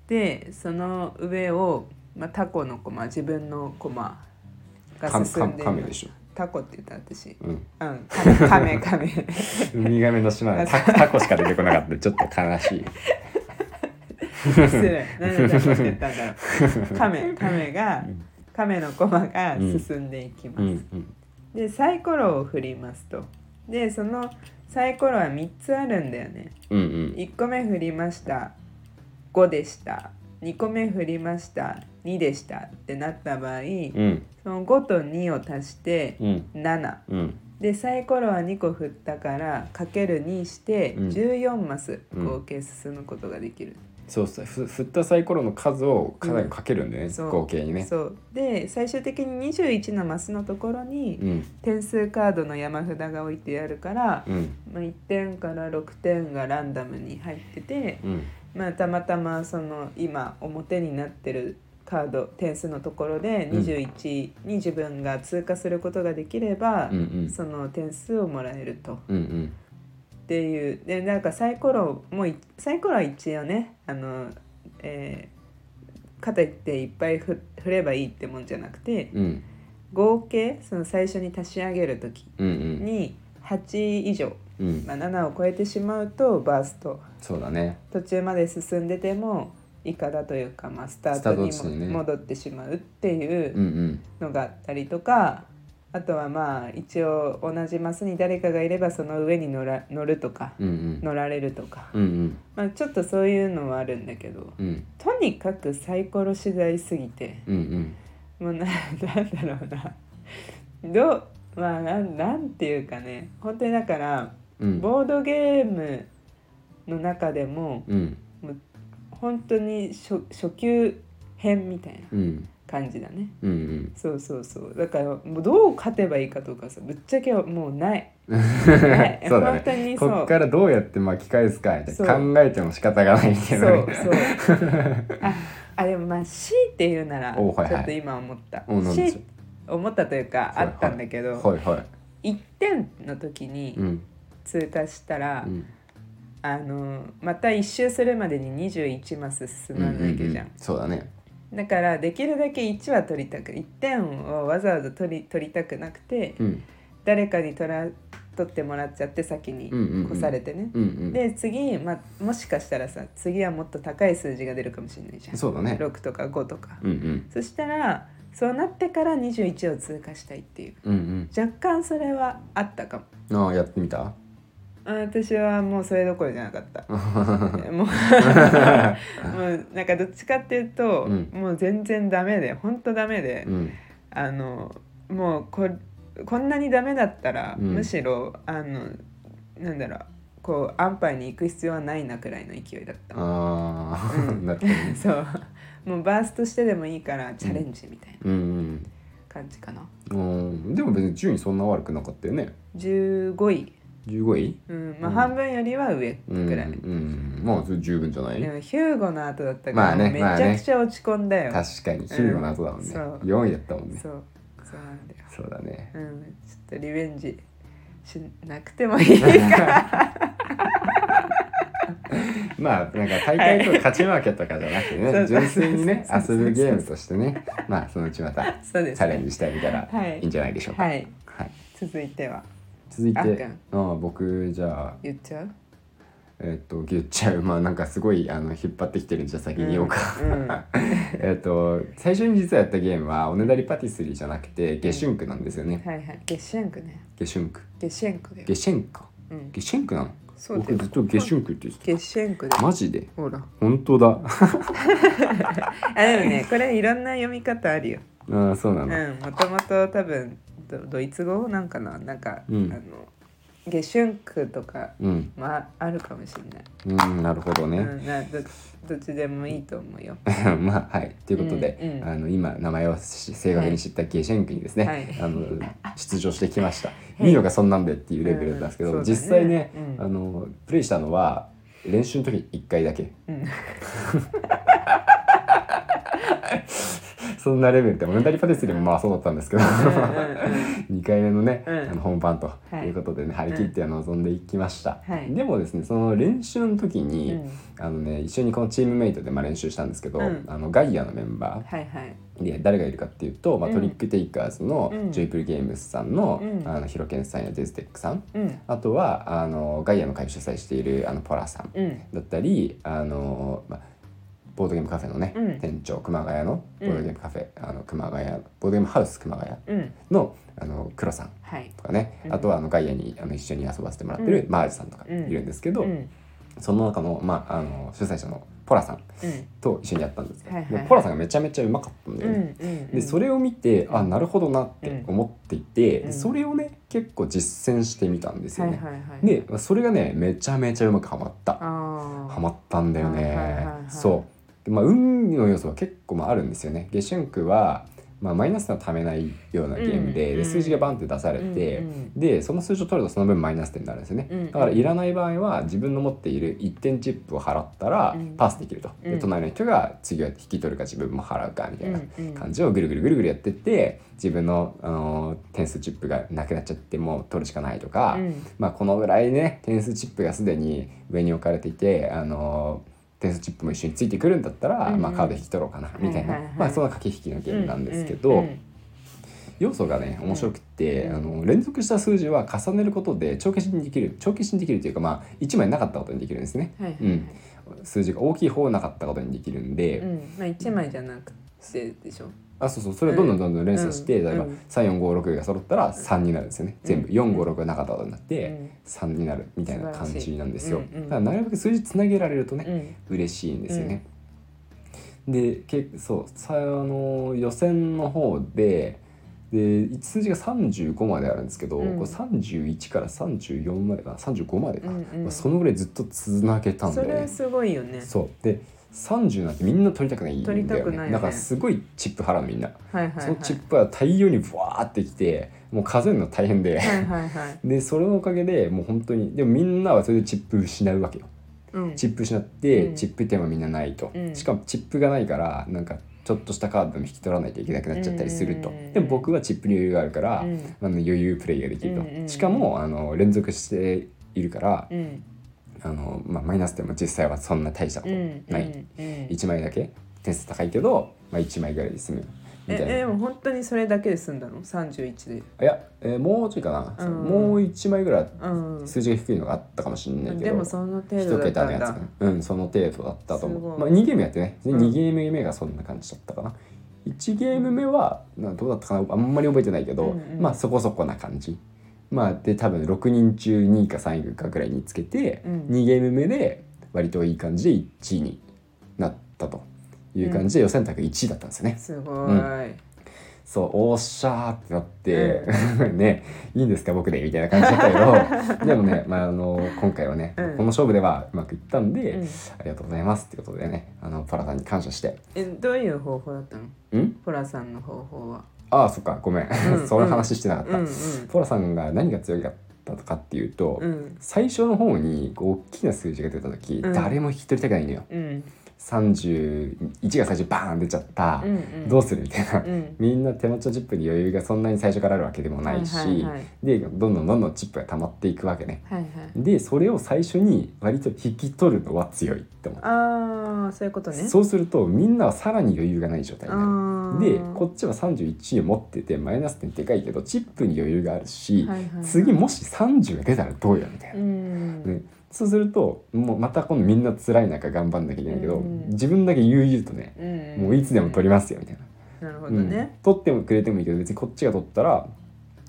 Speaker 2: でその上を、まあ、タコの駒自分の駒
Speaker 1: カ
Speaker 2: が
Speaker 1: メ
Speaker 2: 進んでい
Speaker 1: カメ
Speaker 2: ま
Speaker 1: ですしょ、
Speaker 2: タコって言った私
Speaker 1: うん、
Speaker 2: うんカメカメカメ
Speaker 1: ウミガメの島でタ タコしか出てこなかったちょっと悲しい
Speaker 2: 失礼何でタコって言ったんだろうカメカメがカメの駒が進んでいきます、
Speaker 1: うんうん
Speaker 2: でサイコロを振りますとでそのサイコロは3つあるんだよね
Speaker 1: うんうん
Speaker 2: 1個目振りました5でした2個目振りました2でしたってなった場合
Speaker 1: うん
Speaker 2: その5と2を足して
Speaker 1: うん
Speaker 2: 7
Speaker 1: うん
Speaker 2: でサイコロは2個振ったからかける2して
Speaker 1: うん
Speaker 2: 14マス
Speaker 1: うん
Speaker 2: 合計進むことができる、
Speaker 1: そうそうふ振ったサイコロの数をかなりかけるんだよね、
Speaker 2: そう
Speaker 1: 合計にね
Speaker 2: そうで最終的に21のマスのところに
Speaker 1: うん
Speaker 2: 点数カードの山札が置いてあるから、
Speaker 1: うん
Speaker 2: まあ、1点から6点がランダムに入ってて、
Speaker 1: うん
Speaker 2: まあ、たまたまその今表になってるカード点数のところで
Speaker 1: うん
Speaker 2: 21に自分が通過することができれば、
Speaker 1: うんうん
Speaker 2: その点数をもらえると。
Speaker 1: うんうん
Speaker 2: っていうでなんかサイコロもいサイコロは一応ねあの、えー、かといっていっぱい振振ればいいってもんじゃなくて
Speaker 1: うん
Speaker 2: 合計その最初に足し上げる時
Speaker 1: うんうん
Speaker 2: に8以上
Speaker 1: うん
Speaker 2: まあ、7を超えてしまうとバースト
Speaker 1: そうだね
Speaker 2: 途中まで進んでても以下だというか、まあ、スタート
Speaker 1: スタート地
Speaker 2: に
Speaker 1: にね
Speaker 2: も戻ってしまうってい
Speaker 1: うん
Speaker 2: うのがあったりとか、あとはまあ一応同じマスに誰かがいればその上に乗ら乗るとか、
Speaker 1: うんうん
Speaker 2: 乗られるとか、
Speaker 1: うんうん
Speaker 2: まあ、ちょっとそういうのはあるんだけど
Speaker 1: うん
Speaker 2: とにかくサイコロ次第すぎて
Speaker 1: うんうん
Speaker 2: もうななんだろうなどうまあなんなんていうかね本当にだから。
Speaker 1: うん
Speaker 2: ボードゲームの中でも
Speaker 1: うん
Speaker 2: 本当に初初級編みたいな
Speaker 1: うん
Speaker 2: 感じだね
Speaker 1: うんうん
Speaker 2: そうそうそうだからもうどう勝てばいいかとかさぶっちゃけもう ないない
Speaker 1: そうだね
Speaker 2: 本当にそ
Speaker 1: こっ
Speaker 2: う
Speaker 1: からどうやって巻き返すかみたい
Speaker 2: そ
Speaker 1: な考えても仕方がないみた
Speaker 2: そ
Speaker 1: いうなね
Speaker 2: そうああでもまあ C っていうならちょ
Speaker 1: おはいはい
Speaker 2: っと今思った、
Speaker 1: おなんでしょ
Speaker 2: C 思ったというかあったんだけど、
Speaker 1: はいは
Speaker 2: 1点の時
Speaker 1: いう
Speaker 2: に
Speaker 1: ん
Speaker 2: 通過したら、
Speaker 1: うん
Speaker 2: あのまた1周するまでに21マス進まないわけじゃん
Speaker 1: うううそうだね
Speaker 2: だからできるだけ1は取りたく1点をわざわざ取り取りたくなくて、
Speaker 1: うん
Speaker 2: 誰かに取ら取ってもらっちゃって先に
Speaker 1: うんうんうん
Speaker 2: 越されてね、
Speaker 1: うんうん
Speaker 2: で次、まあ、もしかしたらさ次はもっと高い数字が出るかもしれないじゃん、
Speaker 1: そうだね
Speaker 2: 6とか5とか、
Speaker 1: うんうん
Speaker 2: そしたらそうなってから21を通過したいっていう
Speaker 1: うん
Speaker 2: 若干それはあったかも
Speaker 1: うんああやってみた
Speaker 2: あ私はもうそれどころじゃなかったもう もうなんかどっちかっていうと、
Speaker 1: うん
Speaker 2: もう全然ダメで本当ダメで、
Speaker 1: うん
Speaker 2: あのもうここんなにダメだったら、
Speaker 1: うん
Speaker 2: むしろあのなんだろうこう安牌に行く必要はないなくらいの勢いだった。
Speaker 1: ああ
Speaker 2: うん
Speaker 1: なるほどね
Speaker 2: そうもうバーストしてでもいいからチャレンジみたいな
Speaker 1: うん
Speaker 2: 感じかな。
Speaker 1: うんうんでも別に順位そんな悪くなかったよね
Speaker 2: 15位、
Speaker 1: 15位
Speaker 2: うんまあ、
Speaker 1: うん
Speaker 2: 半分よりは上
Speaker 1: う
Speaker 2: く
Speaker 1: ん
Speaker 2: らい。
Speaker 1: うんまあそれ十分じゃない
Speaker 2: でもヒューゴの後だったから、
Speaker 1: まあね
Speaker 2: もうめちゃくちゃ落ち込んだよ。
Speaker 1: 確かにヒーローの後だもんね
Speaker 2: そう
Speaker 1: 4位だったもんね
Speaker 2: そうそうなんだよ。
Speaker 1: そうだね
Speaker 2: うん、ちょ っとリベンジしなくてもいいから。
Speaker 1: まあなんか大会と勝ち負けとかじゃなくてね、
Speaker 2: はい
Speaker 1: 純粋にね
Speaker 2: そうそうそう
Speaker 1: 遊ぶゲームとしてねまあそのうちまたチ
Speaker 2: そうです
Speaker 1: ャレン
Speaker 2: ね
Speaker 1: ジしてみたら
Speaker 2: はい
Speaker 1: いいんじゃないでしょうか。
Speaker 2: はいい続いては
Speaker 1: 続い
Speaker 2: あってくん
Speaker 1: ああ僕じゃあ、
Speaker 2: 言っちゃう
Speaker 1: えっとギュッちゃう まあなんかすごいあの引っ張ってきてるんじゃ先に言おうか。
Speaker 2: うんうん
Speaker 1: えっと最初に実はやったゲームはおねだりパティスリーじゃなくてゲシュンクなんですよね。
Speaker 2: はいはいゲシェンクね
Speaker 1: ゲシュンク
Speaker 2: ゲシェンクだよ
Speaker 1: ゲシェンか
Speaker 2: うん
Speaker 1: ゲシェンクなの
Speaker 2: そうだ
Speaker 1: 僕
Speaker 2: よ
Speaker 1: ずっとゲシュンクって言って
Speaker 2: ゲシェンクだ
Speaker 1: た。
Speaker 2: よ
Speaker 1: マジで
Speaker 2: ほら
Speaker 1: 本当だ。
Speaker 2: あでもねこれいろんな読み方あるよ
Speaker 1: ああそうな
Speaker 2: う
Speaker 1: の。
Speaker 2: んもともと多分ドドイツ語なんかななんか、
Speaker 1: うん
Speaker 2: あのゲシュンクとか
Speaker 1: うん、
Speaker 2: まああるかもしれない
Speaker 1: うん、なるほどね。
Speaker 2: うん、などどっちでもいいと思うよ。
Speaker 1: まあはいということで、
Speaker 2: うんうん
Speaker 1: あの今名前をし正確に知ったゲシェンクにですね、
Speaker 2: はい
Speaker 1: あの出場してきま した。見るのがそんなんでっていうレベルだったんですけど、
Speaker 2: うんそうだね
Speaker 1: 実際ね、
Speaker 2: うん
Speaker 1: あのプレイしたのは練習の時一回だけ
Speaker 2: うん、
Speaker 1: そんなレベルでモネタリーパティスリーもまあそうだったんですけど、2回 目のね、
Speaker 2: うん
Speaker 1: あの本番と
Speaker 2: はい
Speaker 1: いうことでね、張り切って臨んでいきました、
Speaker 2: はい
Speaker 1: でもですねその練習の時
Speaker 2: うん、
Speaker 1: に、
Speaker 2: うん、
Speaker 1: あのね一緒にこのチームメイトでまあ練習したんですけど、
Speaker 2: うん
Speaker 1: あのガイアのメンバー、
Speaker 2: はいはい。
Speaker 1: で誰がいるかっていうと、まあ
Speaker 2: うん
Speaker 1: トリックテイカーズの
Speaker 2: うん
Speaker 1: ジョイプルゲームスさんの,、
Speaker 2: うん
Speaker 1: あのヒロケンさんやデズテックさん
Speaker 2: うん、
Speaker 1: あとはあのガイアの会を主催しているあのポラさん
Speaker 2: うん、
Speaker 1: だったりあの、まあ、ボードゲームカフェのね、
Speaker 2: うん
Speaker 1: 店長熊谷のボードゲームカフェ、あの熊谷ボードゲームハウス熊谷
Speaker 2: うん、
Speaker 1: のあの黒さん
Speaker 2: はい。
Speaker 1: とかね、
Speaker 2: うん
Speaker 1: あとはあのガイアにあの一緒に遊ばせてもらってるマージさんとかいるんですけど、
Speaker 2: うん、
Speaker 1: その中の,、まあ、あの主催者のポラさん
Speaker 2: うん、
Speaker 1: と一緒にやったんですけど、
Speaker 2: はいはいはい
Speaker 1: でポラさんがめちゃめちゃうまかったんだ
Speaker 2: う
Speaker 1: よね。
Speaker 2: ん、うん。
Speaker 1: でそれを見てあなるほどなって思っていて、
Speaker 2: うん
Speaker 1: それをね結構実践してみたんです
Speaker 2: は
Speaker 1: よ
Speaker 2: い
Speaker 1: ね。
Speaker 2: はいはい。、
Speaker 1: でそれがねめちゃめちゃうまくはまった
Speaker 2: ああ。
Speaker 1: はまったんだよね。
Speaker 2: はいはいはいはい
Speaker 1: そうで、まあ、運の要素は結構まああるんですよね。ゲシュンクは、まあ、マイナス点をためないようなゲームで,、
Speaker 2: うん
Speaker 1: で数字がバンって出されて。
Speaker 2: うん
Speaker 1: でその数字を取るとその分マイナス点になるんですよね、
Speaker 2: うん
Speaker 1: だからいらない場合は自分の持っている1点チップを払ったら
Speaker 2: うん
Speaker 1: パスできると、
Speaker 2: う
Speaker 1: で
Speaker 2: ん
Speaker 1: 隣の人が次は引き取るか自分も払うかみた
Speaker 2: う
Speaker 1: い
Speaker 2: ん、
Speaker 1: な
Speaker 2: うん、
Speaker 1: 感じをぐるぐるぐるぐるやってって自分の、あのー点数チップがなくなっちゃってもう取るしかないとか、
Speaker 2: うん、
Speaker 1: まあ、このぐらいね点数チップがすでに上に置かれていて、あのー点数チップも一緒についてくるんだったら、
Speaker 2: うんうん
Speaker 1: まあ、カード引き取ろうかなみたいな、
Speaker 2: はいはいはい
Speaker 1: まあ、そんな駆け引きのゲームなんですけど、
Speaker 2: うんうん
Speaker 1: 要素がね面白くって、
Speaker 2: うん
Speaker 1: あの連続した数字は重ねることで帳消しにできる帳消しにできるというか、まあ、1枚なかったことにできるんですね。
Speaker 2: うん、はいはいはい。
Speaker 1: うん数字が大きい方なかったことにできるんで、
Speaker 2: うん、まあ一枚じゃなくてでしょ。
Speaker 1: あそうそうそれをどんどんどんどん連鎖して、
Speaker 2: うん
Speaker 1: 例えば
Speaker 2: うん
Speaker 1: 3456が揃ったら3になるんですよね、全部
Speaker 2: うん
Speaker 1: 456がなかったことになっ
Speaker 2: う
Speaker 1: て
Speaker 2: ん
Speaker 1: 3になるみたいな感
Speaker 2: 素晴らし
Speaker 1: じ
Speaker 2: い
Speaker 1: なんですよ、
Speaker 2: うんうん
Speaker 1: だからなるべく数字つなげられると
Speaker 2: う
Speaker 1: ね、
Speaker 2: ん、
Speaker 1: 嬉しいんですよね、でけそうさあの予選の方でで数字が35まであるんですけど、
Speaker 2: うん
Speaker 1: こう31から34までかな35までか、
Speaker 2: うんうん
Speaker 1: まあそのぐらいずっとつなげたんだ
Speaker 2: そ
Speaker 1: よね
Speaker 2: れはすごいよね。
Speaker 1: そうで30なんてみんな取りたくないんだよね
Speaker 2: 取りたくないよね
Speaker 1: だからすごいチップ払うみんな、
Speaker 2: はいはいはい。
Speaker 1: そのチップは大量にブワーってきてもう数えるの大変で、
Speaker 2: はいはいはい。
Speaker 1: でそれのおかげでもう本当にでもみんなはそれでチップ失うわけよ
Speaker 2: うん、
Speaker 1: チップ失って、
Speaker 2: うん
Speaker 1: チップ点はみんなないと、
Speaker 2: うん
Speaker 1: しかもチップがないからなんかちょっとしたカードでも引き取らないといけなくなっちゃったりすると、
Speaker 2: うん
Speaker 1: でも僕はチップに余裕があるから、
Speaker 2: う
Speaker 1: あ
Speaker 2: ん
Speaker 1: の余裕プレイができると、
Speaker 2: うんうん
Speaker 1: しかもあの連続しているから、
Speaker 2: うん、
Speaker 1: あのまあ、マイナス点も実際はそんな大したこ
Speaker 2: う
Speaker 1: とない、
Speaker 2: ん、うん、うん。
Speaker 1: 1枚だけ点数高いけど、まあ、1枚ぐらいで済むみ
Speaker 2: え
Speaker 1: たいな。
Speaker 2: えでも本当にそれだけで済んだの31で
Speaker 1: いや、えーもうちょいかな、
Speaker 2: うん
Speaker 1: もう1枚ぐらい
Speaker 2: うん
Speaker 1: 数字が低いのがあったかもしれないけ
Speaker 2: で
Speaker 1: ど
Speaker 2: もその程
Speaker 1: 一
Speaker 2: 度だった
Speaker 1: 桁
Speaker 2: ん
Speaker 1: のやつ
Speaker 2: だ
Speaker 1: かなうんその程度だったと
Speaker 2: す
Speaker 1: 思
Speaker 2: ご
Speaker 1: う、
Speaker 2: い
Speaker 1: まあ、2ゲームやってねで
Speaker 2: うん
Speaker 1: 2ゲーム目がそんな感じだったかな、1ゲーム目はなどうだったかなあんまり覚えてないけど、
Speaker 2: うんうん
Speaker 1: まあそこそこな感じまあで多分6人中2位か3位かぐらいにつけて、
Speaker 2: うん
Speaker 1: 2ゲーム目で割といい感じで1位になったという感じで予選卓1位だったんですよね、
Speaker 2: すご
Speaker 1: う
Speaker 2: い
Speaker 1: そう、おっしゃーってなって、 ね、いいんですか僕でみたいな感じだったけ ど、でもね、まあ、あの、今回はね、
Speaker 2: うん
Speaker 1: この勝負ではうまくいったんで、
Speaker 2: うん
Speaker 1: ありがとうございますってことでね、あの、パラさんに感謝して。
Speaker 2: えどういう方法だったの
Speaker 1: ん
Speaker 2: ポラさんの方法は
Speaker 1: ああ、そっか、ごめん。
Speaker 2: うん
Speaker 1: その話してなかっ
Speaker 2: う
Speaker 1: た。
Speaker 2: ん
Speaker 1: ポラさんが何が強かったかっていうと、
Speaker 2: うんうん
Speaker 1: 最初の方にこう大きな数字が出た時、
Speaker 2: うん
Speaker 1: 誰も引き取りたくないのよ。
Speaker 2: うん
Speaker 1: 31が最初バーン出ちゃった、
Speaker 2: うんうん
Speaker 1: どうするみたいな、
Speaker 2: うん
Speaker 1: みんな手持ちのチップに余裕がそんなに最初からあるわけでもないし、
Speaker 2: はいはいはい
Speaker 1: でどんどんどんどんチップが溜まっていくわけね。
Speaker 2: はいはい
Speaker 1: でそれを最初に割と引き取るのは強いって思う
Speaker 2: ああそういうことね
Speaker 1: そうするとみんなはさらに余裕がない状態になる。でこっ
Speaker 2: こ
Speaker 1: ちは31を持っててマイナス点でかいけどチップに余裕があるし、
Speaker 2: はいはいはい
Speaker 1: 次もし30が出たらどうよみたいな
Speaker 2: う。ん
Speaker 1: ねそうするともうまた今度みんな辛い中頑張んなきゃいけないけど、
Speaker 2: うん
Speaker 1: 自分だけ悠々とね
Speaker 2: うん
Speaker 1: もういつでも取りますよみたいな、
Speaker 2: なるほ
Speaker 1: う
Speaker 2: ど
Speaker 1: ん
Speaker 2: ね
Speaker 1: 取ってもくれてもいいけど別にこっちが取ったら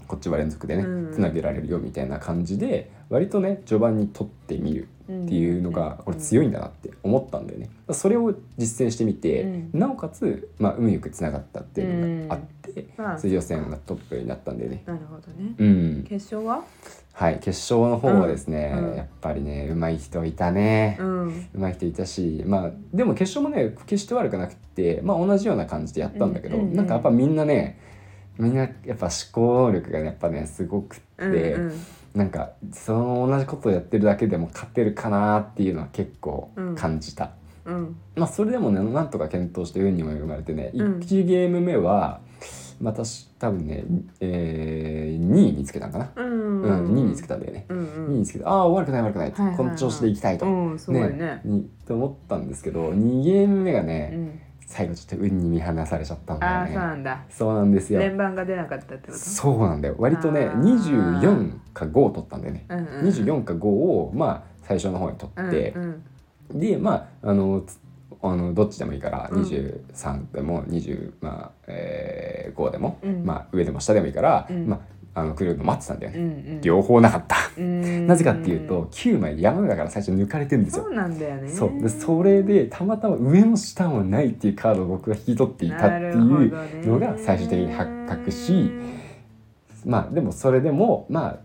Speaker 1: こっちは連続でね
Speaker 2: うん
Speaker 1: つなげられるよみたいな感じで割とね序盤に取ってみるっ
Speaker 2: っ
Speaker 1: ていうのがこれ強いんだなって思ったんだよね。それを実践してみて、
Speaker 2: う
Speaker 1: なおかつ、まあ、運よくつながったっていうのがあって、
Speaker 2: まあ
Speaker 1: それ予選がトップになったんだよね。
Speaker 2: なるほどね
Speaker 1: うん、
Speaker 2: 決勝は
Speaker 1: はい、決勝の方はですね、
Speaker 2: うんうん
Speaker 1: やっぱりね、上手い人いたね
Speaker 2: う。ん
Speaker 1: 上手い人いたし、まあ、でも決勝もね、決して悪くなくて、まあ、同じような感じでやったんだけど、
Speaker 2: うんうんうん
Speaker 1: なんかやっぱみんなね。みんなやっぱ思考力がね、やっぱね、すごくって、
Speaker 2: うん
Speaker 1: なんか。その同じことをやってるだけでも勝てるかなっていうのは結構感じた。
Speaker 2: うんうん
Speaker 1: まあ、それでもね、なんとか検討して運にも恵まれてね、
Speaker 2: うん
Speaker 1: 1ゲーム目は。またし、多分ね、えー、2位につけたんかな。
Speaker 2: うん
Speaker 1: うん、2位につけたんだよね。
Speaker 2: うん
Speaker 1: いいんですけど、ああ悪くない悪くない,、
Speaker 2: はいはいはい
Speaker 1: この調子でいきたいと、
Speaker 2: うんうんすごいね
Speaker 1: にと思ったんですけど2ゲーム目が
Speaker 2: う
Speaker 1: ね、
Speaker 2: ん
Speaker 1: 最後ちょっと運に見放されちゃったんだ
Speaker 2: あ
Speaker 1: よ
Speaker 2: あそうな
Speaker 1: ね
Speaker 2: んだ
Speaker 1: そうなんですよ
Speaker 2: 連番が出なかったってこと
Speaker 1: そうなんだよ割とね
Speaker 2: あー
Speaker 1: 24か5を取ったんだよね、
Speaker 2: うんうん
Speaker 1: 24か5をまあ最初の方に取って
Speaker 2: う、ん
Speaker 1: でまああのつあのどっちでもいいから
Speaker 2: うん
Speaker 1: 23でも20、まあえー5でも、
Speaker 2: うん
Speaker 1: まあ、上でも下でもいいから、
Speaker 2: うん
Speaker 1: まあ、あの来るの待ってたんだよ
Speaker 2: う
Speaker 1: ね、
Speaker 2: ん
Speaker 1: 両方なかった
Speaker 2: うん
Speaker 1: なぜかっていうと9枚山だから最初抜かれてるんです
Speaker 2: そ
Speaker 1: よ。
Speaker 2: うなんだよね
Speaker 1: そうでそれでたまたま上も下もないっていうカードを僕が引き取っていたっていうの
Speaker 2: う
Speaker 1: が最終的に発覚しまあでもそれでもまあ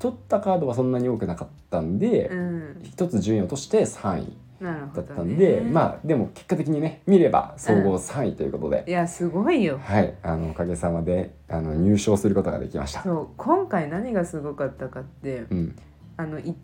Speaker 1: 取ったカードはそんなに多くなかったんで、
Speaker 2: うん
Speaker 1: 一つ順位を落として3位
Speaker 2: なるほ
Speaker 1: だ
Speaker 2: ど、
Speaker 1: っ
Speaker 2: ね、
Speaker 1: たんで、まあでも結果的にね見れば総合3位ということで、
Speaker 2: いやすごいよ
Speaker 1: はいあのおかげさまであの入賞することができました。
Speaker 2: そう今回何がすごかったかって
Speaker 1: うん、
Speaker 2: あの1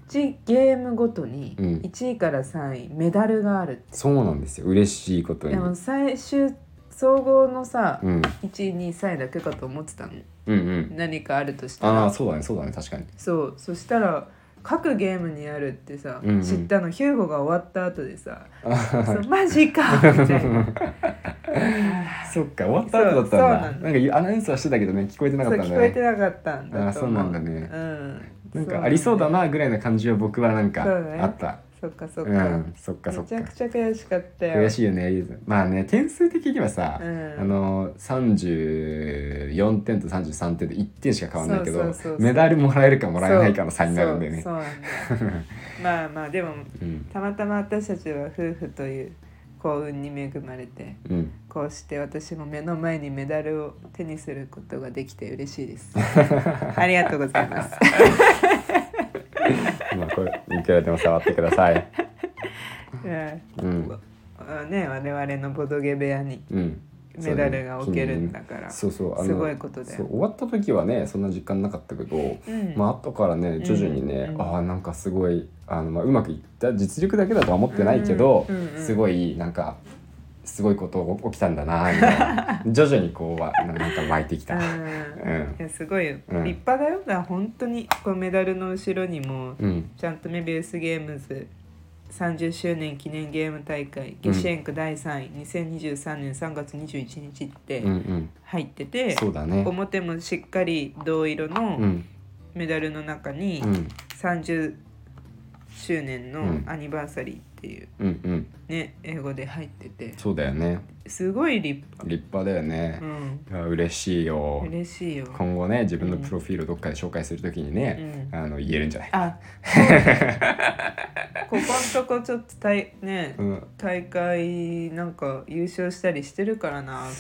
Speaker 2: ゲームごとに
Speaker 1: うん
Speaker 2: 1位から3位メダルがある、
Speaker 1: そうなんですよ嬉しいことに。
Speaker 2: でも最終総合のさ、
Speaker 1: うん
Speaker 2: 1位2位3位だけかと思ってたの
Speaker 1: うんうん、
Speaker 2: 何かあるとした
Speaker 1: ああ
Speaker 2: ら
Speaker 1: そうだねそうだね確かに
Speaker 2: そうそしたら各ゲームにあるってさ、
Speaker 1: うんうん
Speaker 2: 知ったのヒューゴが終わった後でさ
Speaker 1: あ
Speaker 2: 「そうマジか!」みた いな
Speaker 1: そっか終わった後だったん
Speaker 2: そうそう
Speaker 1: だ
Speaker 2: な
Speaker 1: なんん
Speaker 2: だ
Speaker 1: かアナウンスはしてたけどね聞こえてな
Speaker 2: そ
Speaker 1: か
Speaker 2: う
Speaker 1: ったん
Speaker 2: 聞
Speaker 1: だ
Speaker 2: こえて
Speaker 1: ね
Speaker 2: なかったんだと思う
Speaker 1: あーそうなんだね
Speaker 2: う
Speaker 1: なん
Speaker 2: ん、
Speaker 1: かありそうだなぐらいな感じは僕はなんか
Speaker 2: そうだね
Speaker 1: あった
Speaker 2: そっかそっ
Speaker 1: う
Speaker 2: か、
Speaker 1: んそっかそっ
Speaker 2: めち
Speaker 1: か
Speaker 2: ゃくちゃ悔しかったよ
Speaker 1: 悔しいよねゆずまあね点数的にはさ
Speaker 2: うん
Speaker 1: あの34点と33点で1点しか変わんないけ
Speaker 2: そ
Speaker 1: ど
Speaker 2: うそうそうそう
Speaker 1: メダルもらえるかもらえないかの差になるんだよね
Speaker 2: そうそうそうなんだよまあまあでも
Speaker 1: うん
Speaker 2: たまたま私たちは夫婦という幸運に恵まれて
Speaker 1: うん
Speaker 2: こうして私も目の前にメダルを手にすることができて嬉しいです ありがとうございます
Speaker 1: まあこれいくらでも触ってください
Speaker 2: うん
Speaker 1: うん
Speaker 2: あね我々のボドゲ部屋に
Speaker 1: うん
Speaker 2: メダルが置けるんだから
Speaker 1: そうそうあの
Speaker 2: すごいことだよ
Speaker 1: そう終わった時はねそんな実感なかったけど、
Speaker 2: うん
Speaker 1: まあ後からね徐々にね、
Speaker 2: うん
Speaker 1: ああなんかすごいあの、まあ、うまくいった実力だけだとは思ってないけど、
Speaker 2: うんうんうん
Speaker 1: すごいなんかすごいことが起きたんだなみたい な徐々にこうはななんか湧いてきた。
Speaker 2: うん
Speaker 1: うん
Speaker 2: いやすごいよ
Speaker 1: うん
Speaker 2: 立派だよな本当にこうメダルの後ろにも
Speaker 1: うん
Speaker 2: ちゃんとメビウスゲームズ30周年記念ゲーム大会ゲシェンク第3位、2023年3月21日って
Speaker 1: うんうん、
Speaker 2: 入ってて、
Speaker 1: そうだね。
Speaker 2: 表もしっかり銅色
Speaker 1: う
Speaker 2: の
Speaker 1: ん
Speaker 2: メダルの中に
Speaker 1: うん
Speaker 2: 30周年の
Speaker 1: うん
Speaker 2: アニバーサリーっていう
Speaker 1: うんうん、
Speaker 2: ね英語で入ってて
Speaker 1: そうだよね
Speaker 2: すごい立
Speaker 1: 立派だよねいや
Speaker 2: 派、う、ん、
Speaker 1: 嬉しいよ
Speaker 2: 嬉しいよ、
Speaker 1: 今後ね自分のプロフィールをどっかで紹介するときに
Speaker 2: う
Speaker 1: ね、
Speaker 2: ん、
Speaker 1: あの言えるんじゃない、
Speaker 2: あ ここんとこちょっとたいね、
Speaker 1: うん、
Speaker 2: 大会なんか優勝したりしてるからなあー